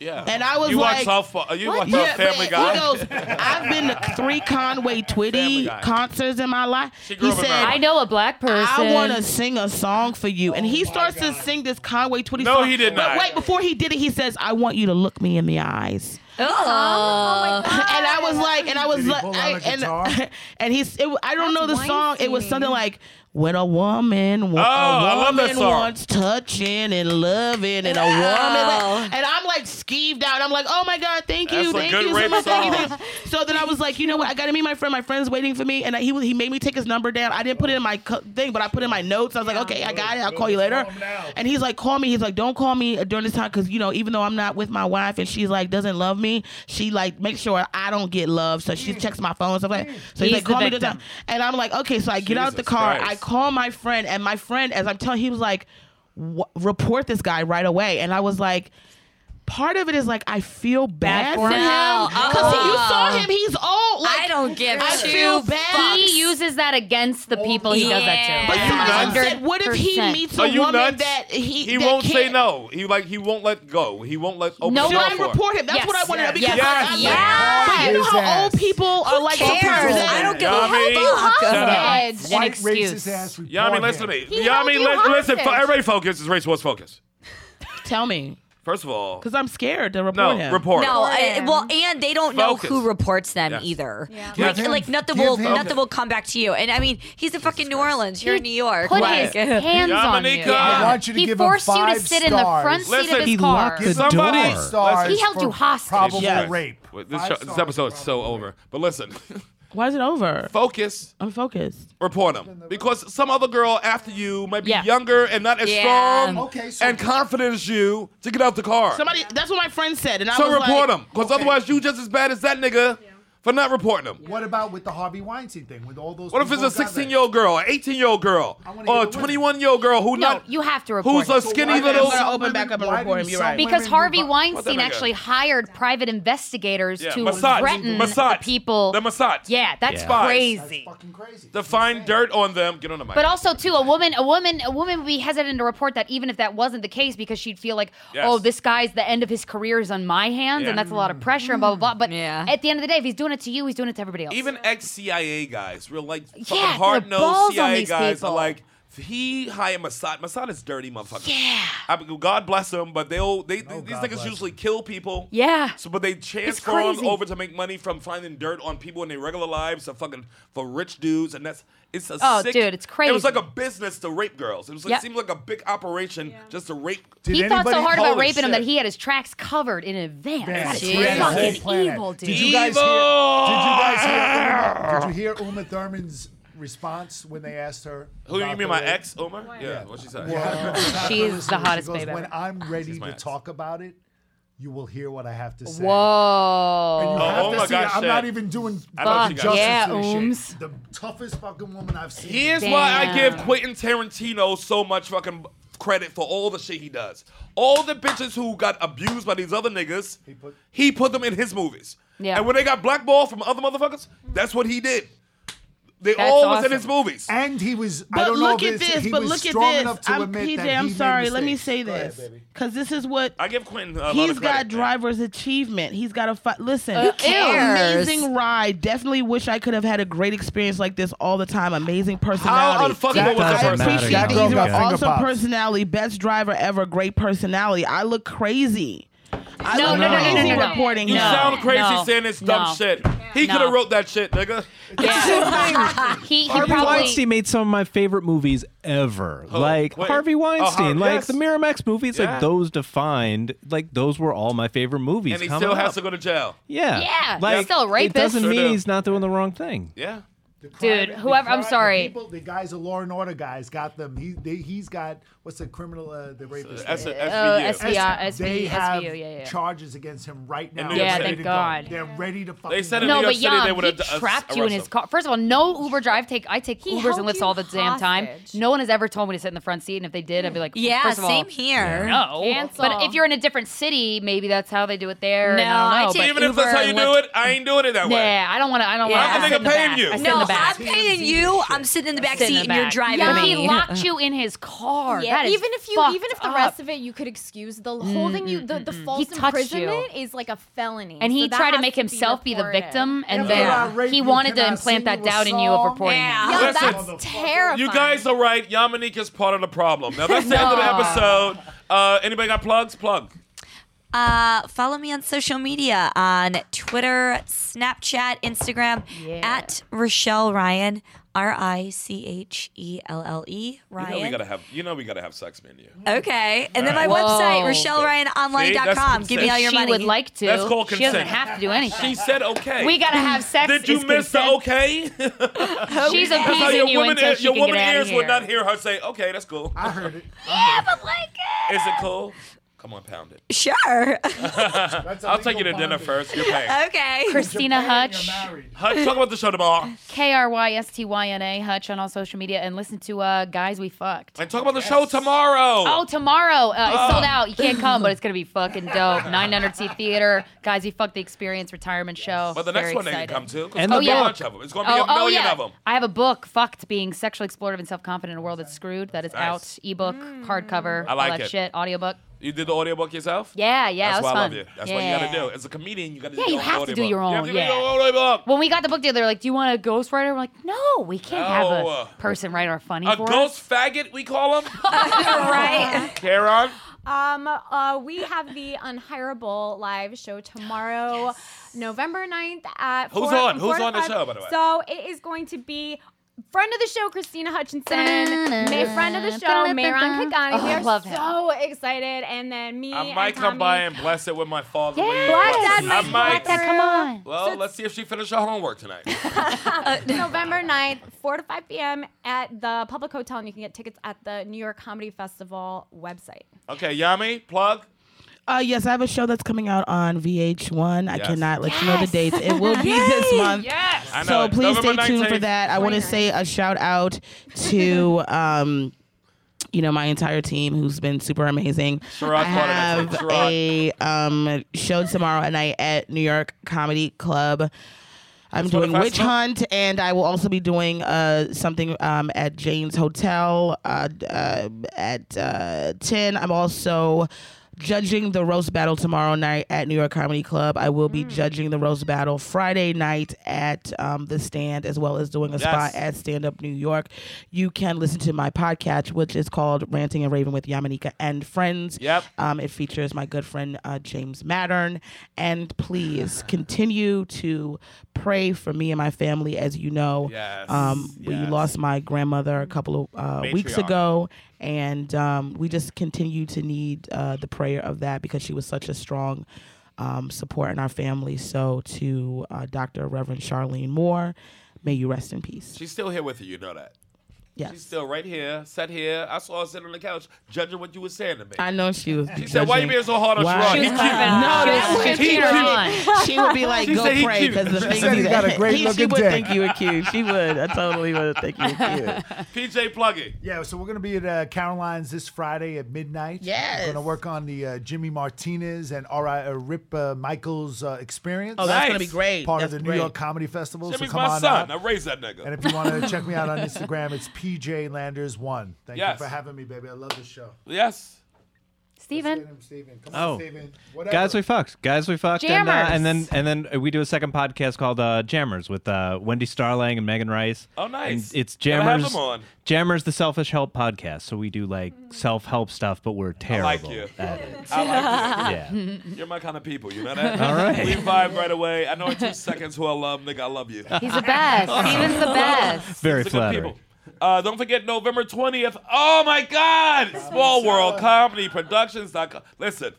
Yeah.
And I was
you
like,
watch South Park. You watch
Yeah,
South Family
but
Guy.
He goes, I've been to three Conway
Family
Twitty
Guy.
concerts in my life.
She grew
He
up in
said,
I know a black person.
I want to sing a song for you. And he starts to sing this Conway Twitty
Oh No,
song.
he did
But
not.
wait, before he did it, he says, I want you to look me in the eyes. And I was like, and I was
Did he
like,
pull out
I,
a guitar?
and, and he's, it, I don't know the
That's
song. It was
Weinstein.
something like, when a woman, wa-
Oh, I
a
love
woman
that song.
wants touching and loving, and a
Wow.
woman, and I'm like skeeved out. I'm like, oh my god, thank
That's
you,
a
thank
good
you, so
rape
much, thank you,
song.
thank you. So then I was like, you know what? I got to meet my friend. My friend's waiting for me, and I, he he made me take his number down. I didn't put it in my co- thing, but I put it in my notes. I was like, okay, I got it. I'll call you later. And he's like, call me. He's like, don't call me during this time because you know, even though I'm not with my wife and she's like doesn't love me, she like makes sure I don't get love. So she checks my phone and stuff like. that. So
He's
he's like,
the
call me during this
victim.
time. And I'm like, okay. So I get out the
Jesus
car.
Christ.
I call my friend, and my friend, as I'm telling, he was like, "Wha- report this guy right away. And I was like part of it is like I feel bad,
for
for him
him.
because you
Uh,
saw him. He's old. Like,
I don't give
I
two
feel bad.
He uses that against the people he does that to.
But
Are you
somebody
nuts?
said, what if he
100%.
meets
Are
a
you
woman
nuts?
that he
He
that
won't
can't,
say no. He like he won't let go. He won't let open
No
the door
one
Don't
for him.
report him. That's
Yes.
what I wanted to because
Yes.
like, I'm
Yes.
like, but you know how old people are like
cares?
sometimes that-
I don't give
You know
a
what I mean?
fuck.
Shut up.
Edge and
White
excuse.
racist ass.
Yami,
report
listen to
him.
me.
held
Yami,
you
let, listen.
hostage.
fo- Everybody focus. It's race wars focus.
Tell me,
First of all,
because I'm scared to report
no,
him.
report.
No, I,
Important.
well, and they don't know
Focus.
who reports them
Yes.
either.
Give
Like,
him-
like nothing
give
will
him-
nothing will come back to you. And I mean, he's in fucking New Orleans. You're in New York.
Put
Like,
his hands on you.
Dominica. I
want you to
he
give him
forced you to
five
sit in the
stars.
front seat of
Listen,
his
he
car.
locked the
Somebody-
door.
Five stars
He held
for
you hostage.
Probable
Yes.
rape.
Wait, This,
Five
show, this
stars
episode is so
probable rape.
over. But listen,
Why is it over?
focus.
I'm focused.
Report him because some other girl after you might be
Yeah.
younger and not as
Yeah.
strong
Okay, so-
and confident as you to get out the car.
Somebody. That's what my friend said, and I
so
was
report
like,
him because otherwise you just as bad as that nigga for not reporting him.
What about with the Harvey Weinstein thing? With all those.
What if it's
people
a
who got that?
16 year old girl, an 18 year old girl,
I wanna
or a
hear the women.
21 year old girl who
No,
not
you have to report.
who's a
it.
skinny
Why did
little?
I'm gonna
some
open back up and
why
report
did
him. You're
some
right.
women
because
do
Harvey
vi-
Weinstein
What the
actually
nigga?
hired private investigators
Yeah,
to
Massage.
threaten
Massage.
the people.
The massage.
Yeah, that's
Yeah. Spies.
That's
crazy.
fucking crazy.
to find dirt on them. Get on the mic.
But also too, a woman, a woman, a woman would be hesitant to report that even if that wasn't the case because she'd feel like,
Yes.
oh, this guy's the end of his career is on my hands,
Yeah.
and that's a lot of pressure and blah blah blah. But
Yeah.
at the end of the day, if he's doing it to you, he's doing it to everybody else.
even ex CIA guys, real like fucking
Yeah,
hard
the balls on
nosed CIA
these
guys
people.
are like. He hired Mossad. Mossad is dirty, motherfucker. Yeah. I mean, God bless them, but they'll they, these
Oh, God
niggas
bless
usually kill people.
Yeah.
So, but they transform over to make money from finding dirt on people in their regular lives to fucking for rich dudes, and that's it's a
Oh,
sick-
dude,
It was
it's crazy.
like a business to rape girls. It was like,
Yep.
seemed like a big operation just to rape.
Did
he thought so
anybody-
hard about
Holy
raping him that
shit.
he had his tracks covered in advance.
Man,
That is
it's crazy. The whole
fucking
planet.
evil, dude.
Did you guys hear? Did you guys hear? Uma, did you hear Uma Thurman's response when they asked her?
Who you
about
mean,
the
my
rape?
ex, Omar? Yeah, what she said.
She is the hottest
She goes,
babe ever.
When I'm ready
She's my
to
ex.
talk about it, you will hear what I have to say.
Whoa.
And you
Oh,
have
oh
to
my
see
gosh,
it. I'm not
Shaq.
even doing
I don't
fucking
think I-
justice
Yeah,
to this shit.
Ooms.
The toughest fucking woman I've seen.
Here's why I give
Damn.
Quentin Tarantino so much fucking credit for all the shit he does. All the bitches who got abused by these other niggas, he put,
put-
them in his movies.
Yeah.
And when they got blackballed from other motherfuckers, that's what he did. They
That's
all was in
awesome.
his movies.
And he was. I
But
don't know
look
if
at
it's-
this.
He
But
was
look at
strong
this.
enough to
I'm,
admit
PJ,
that
I'm
he
sorry.
Made
Let me
mistakes.
say
Go ahead,
this
baby.
because this is what
I give Quentin a lot
He's
of credit.
got
man.
driver's achievement. He's got a fi- listen.
Uh,
cares?
Amazing ride. Definitely wish I could have had a great experience like this all the time. Amazing
How
personality.
unfuckable was
That
the
I
doesn't
first
matter.
appreciate
That
these.
girl got
but
finger
Awesome
pops.
personality. Best driver ever. Great personality. I look crazy. I
No,
look
no, no,
crazy
no, no, no.
reporting
You
him.
sound crazy
no,
saying this dumb
no,
shit. He
no.
could have wrote that shit, nigga.
Yeah. he, he probably.
Weinstein made some of my favorite movies ever. like
wait.
Harvey
Oh,
Weinstein,
Harvey-
like
yes.
the Miramax movies,
Yeah.
like those defined, like those were all my favorite movies.
And he
coming
still has
up.
to go to jail.
Yeah.
Yeah,
Like,
he's still a
It doesn't
rapist.
mean
Sure do.
he's not doing the wrong thing.
Yeah.
The crime-
Dude,
the
whoever- I'm
crime- the
sorry.
people- The guys, the law and order guys, got them. He, they, he's got what's the criminal? Uh, the rapist.
That's a,
SVU.
SVU.
Yeah, SVU,
they have
yeah, yeah.
charges against him right now.
And they're
They're
Yeah,
ready
thank
to Go.
God.
They're ready to fucking.
They said
go.
in
No,
New York
but
City, they
Jan,
would
he
have d- uh,
trapped
arrest
you in his
him.
car. First of all, no Uber drive. Take I take Ubers and
held
lifts
you
all the damn time.
hostage.
No one has ever told me to sit in the front seat, and if they did, I'd be like,
yeah,
first of all,
same here.
No,
Cancel.
but if you're in a different city, maybe that's how they do it there. and
No, I
I don't know,
take
but
Even if that's
Uber
how you
and
do
Lyft.
it, I ain't doing it that way.
Yeah, I don't want to. I don't want
Yeah.
to.
I'm
thinking paying
back.
you.
I sit in
No,
the
I'm
back.
paying you. I'm sitting in the back
Sit in
seat
the
and you're
back.
driving
yeah,
me.
he locked you in his car.
Yeah,
That is
even if you,
fucked
even if the
up.
rest of it, you could excuse the holding you, the, the false
touched
imprisonment is like a felony.
and he
so that
tried to
has
make
be
himself be the
reported.
victim, and
If
then
you are raped,
he
you
wanted to
cannot
implant
sing
that
you a
doubt in you of
song.
reporting.
Yeah.
Yeah,
Listen,
that's terrifying.
You guys are right. Yamanik is part of the problem. Now that's the end of the episode. Uh, anybody got plugs? Plug.
Uh, follow me on social media on Twitter, Snapchat, Instagram at Rochelle Ryan. R I C H E L L E
You know we
Ryan.
gotta have. You know we gotta have sex, man. You.
okay, and then my
Whoa.
website
See, that's
RochelleRyanOnline.com.
consent.
Give me all your
she
money.
would like to.
That's called
She doesn't
consent.
have to do anything.
She said okay.
we gotta have sex.
Did you
is
miss the
consent.
okay?
She's
That's how
abusing
your
you
woman,
until
ears-
she
your
can
woman
get out
ears
of here.
would not hear her say okay. That's cool.
I heard it.
Is it cool? Come on, pound it.
Sure.
That's
I'll take you to dinner first. You're paying.
okay.
Christina Hutch.
Hutch, talk about the show tomorrow.
K R Y S T Y N A Hutch on all social media and listen to uh, Guys We Fucked.
And talk about the show tomorrow.
Oh, tomorrow. Uh, It's sold out. You can't come, but it's going to be fucking dope. 900 seat theater. Guys We Fucked the Experience retirement show.
But the next
Very
one they
excited. Oh,
can come to. 'cause
And
there's
the
gonna be a
book.
bunch of them. It's going to be a million of them.
I have a book, Fucked Being Sexually Explorative and Self Confident in a World That's Screwed, that is
Nice.
out. Ebook, hardcover,
I like
all that
it.
shit, audiobook.
You did the audiobook yourself?
Yeah, yeah,
That's
it was
why
fun.
I love you. That's
yeah.
what you got to do. As a comedian, you got to
Yeah,
do
you
your own
have to do
audiobook.
your
You
own,
have to do your
yeah.
own audiobook.
When we got the book deal, they were like, "Do you want a ghostwriter?" We're like, "No, we can't have
No.
a person write our funny
A
for us."
ghost faggot, we call him.
right.
Karen.
Um, uh, we have the Unhirable live show tomorrow, November 9th at
Who's
four-
on?
from
Who's
four to
on the
five.
show, by the way?
So it is going to be friend of the show, Christina Hutchinson, May friend of the show, Mehran Kagani.
Oh,
we
I
are
love him.
so excited. And then me
I
and
might come
Tommy.
by and bless it with my father.
Yeah,
will you?
Black
I
Dad might
might.
walk through.
Come on.
Well, let's see if she finished her homework tonight.
November 9th, 4 to 5 p.m. at the Public Hotel, and you can get tickets at the New York Comedy Festival website.
Okay, Yami, plug.
Uh, yes, I have a show that's coming out on VH1. I
Yes.
cannot let you know the dates. It will be this month.
I know
So
it.
please stay
November
tuned
19th.
for that. I want to say a shout out to um, you know, my entire team who's been super amazing.
Sherrod
I
Carter, that's
have
it.
a um show tomorrow night at New York Comedy Club. I'm
for the
doing Witch
festival?
Hunt, and I will also be doing uh, something um, at Jane's Hotel uh, d- uh, at uh, 10. I'm also judging the roast battle tomorrow night at New York Comedy Club. I will be judging the roast battle Friday night at um, The Stand, as well as doing a spot at Stand Up New York. You can listen to my podcast, which is called Ranting and Raving with Yamanika and Friends.
Yep.
Um, it features my good friend uh, James Mattern. And please continue to pray for me and my family. As you know,
Yes,
um, we
yes.
lost my grandmother a couple of uh, weeks
Matriarch.
ago. And um, we just continue to need uh, the prayer of that because she was such a strong um, support in our family. So to uh, Dr. Reverend Charlene Moore, may you rest in peace.
She's still here with you. You know that. She's
Yes.
still right here, sat here. I saw her sitting on the couch, judging what you were saying to me.
I know she was.
She said, "Why you
judging-
being so hard on
Why-
Sherrod?
She
He
was
cute.
No,
that
she
was
was cheering her on.
she would be like,
She
"Go
said he
pray,"
cute.
because the
She
things
said he got a
said-
great
he- She
looking
would
dick.
think you were cute. She would. I totally would think you were cute.
PJ Pluggy.
Yeah, so we're going to be at uh, Caroline's this Friday at midnight.
Yes.
We're going to work on the uh, Jimmy Martinez and R.I. Uh, Rip uh, Michaels uh, experience.
Oh, that's
Nice.
gonna be great.
part
That's
of the
great.
New York Comedy Festival.
Jimmy's
so come
my
on
son.
out.
I raised that nigga.
And if you want to check me out on Instagram, it's PJ Landers One. Thank
Yes.
you for having me, baby. I love this show.
yes.
Steven.
Steven. Come
Oh.
on, Steven. Whatever.
Guys, we fucked. Guys, we fucked. And, uh,
Jammers.
and then and then we do a second podcast called uh, Jammers with uh, Wendy Starling and Megan Rice.
Oh, nice.
And it's
Gotta have
Jammers.
them on.
Jammers, the selfish help podcast. So we do like
Mm.
self help stuff, but we're terrible.
like you.
at it.
I like
yeah.
you. You're my kind of people. You know that.
All right.
We vibe right away. I know in two seconds who I love, nigga. I love you.
He's the best. Steven's the best.
Very
It's a good
flattering.
people. Uh, don't forget November 20th. Oh my God! Small World Comedy Productions.com. Listen,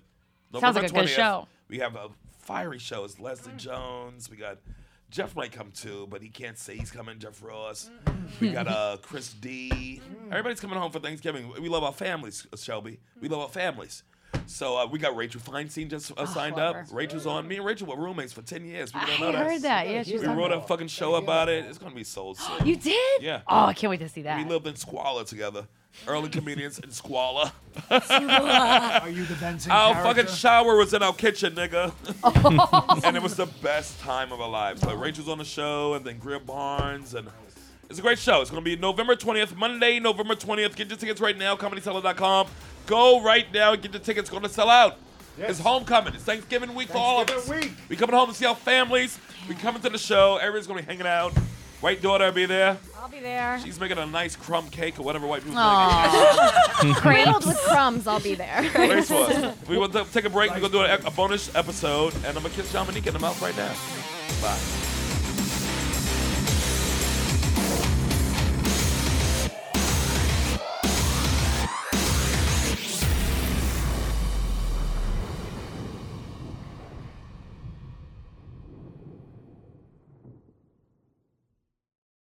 November
like a good show.
We have a fiery show. It's Leslie Jones. We got Jeff might come too, but he can't say he's coming. Jeff Ross. We got uh, Chris D. Everybody's coming home for Thanksgiving. We love our families, Shelby. We love our families. So uh, we got Rachel Feinstein just uh, signed up.
Oh, love her.
Rachel's on. Me and Rachel were roommates for ten years. People
I
don't know that.
heard that. Yeah, she was
We
on.
wrote a fucking show about it. It's gonna be soul sick.
You did?
Yeah.
Oh, I can't wait to see that.
We lived in squalor together. Early comedians in squalor.
Are you the Benson
Our
character?
fucking shower was in our kitchen, nigga. and it was the best time of our lives. Like Rachel's on the show, and then Greer Barnes, and it's a great show. It's gonna be November 20th, Monday, November 20th. Get your tickets right now, comedyseller.com. Go right now and get your tickets. Gonna sell out. It's homecoming. It's Thanksgiving week for all of us.
Thanksgiving week.
We coming home to see our families. We coming to the show. Everybody's gonna be hanging out. White daughter will be there.
I'll be there.
She's making a nice crumb cake or whatever white people make.
Aw.
Cradled with crumbs, I'll be there.
Thanks for us. We will t- take a break. We're going to do a, a bonus episode, and I'm going to kiss Dominique in the mouth right now. Bye.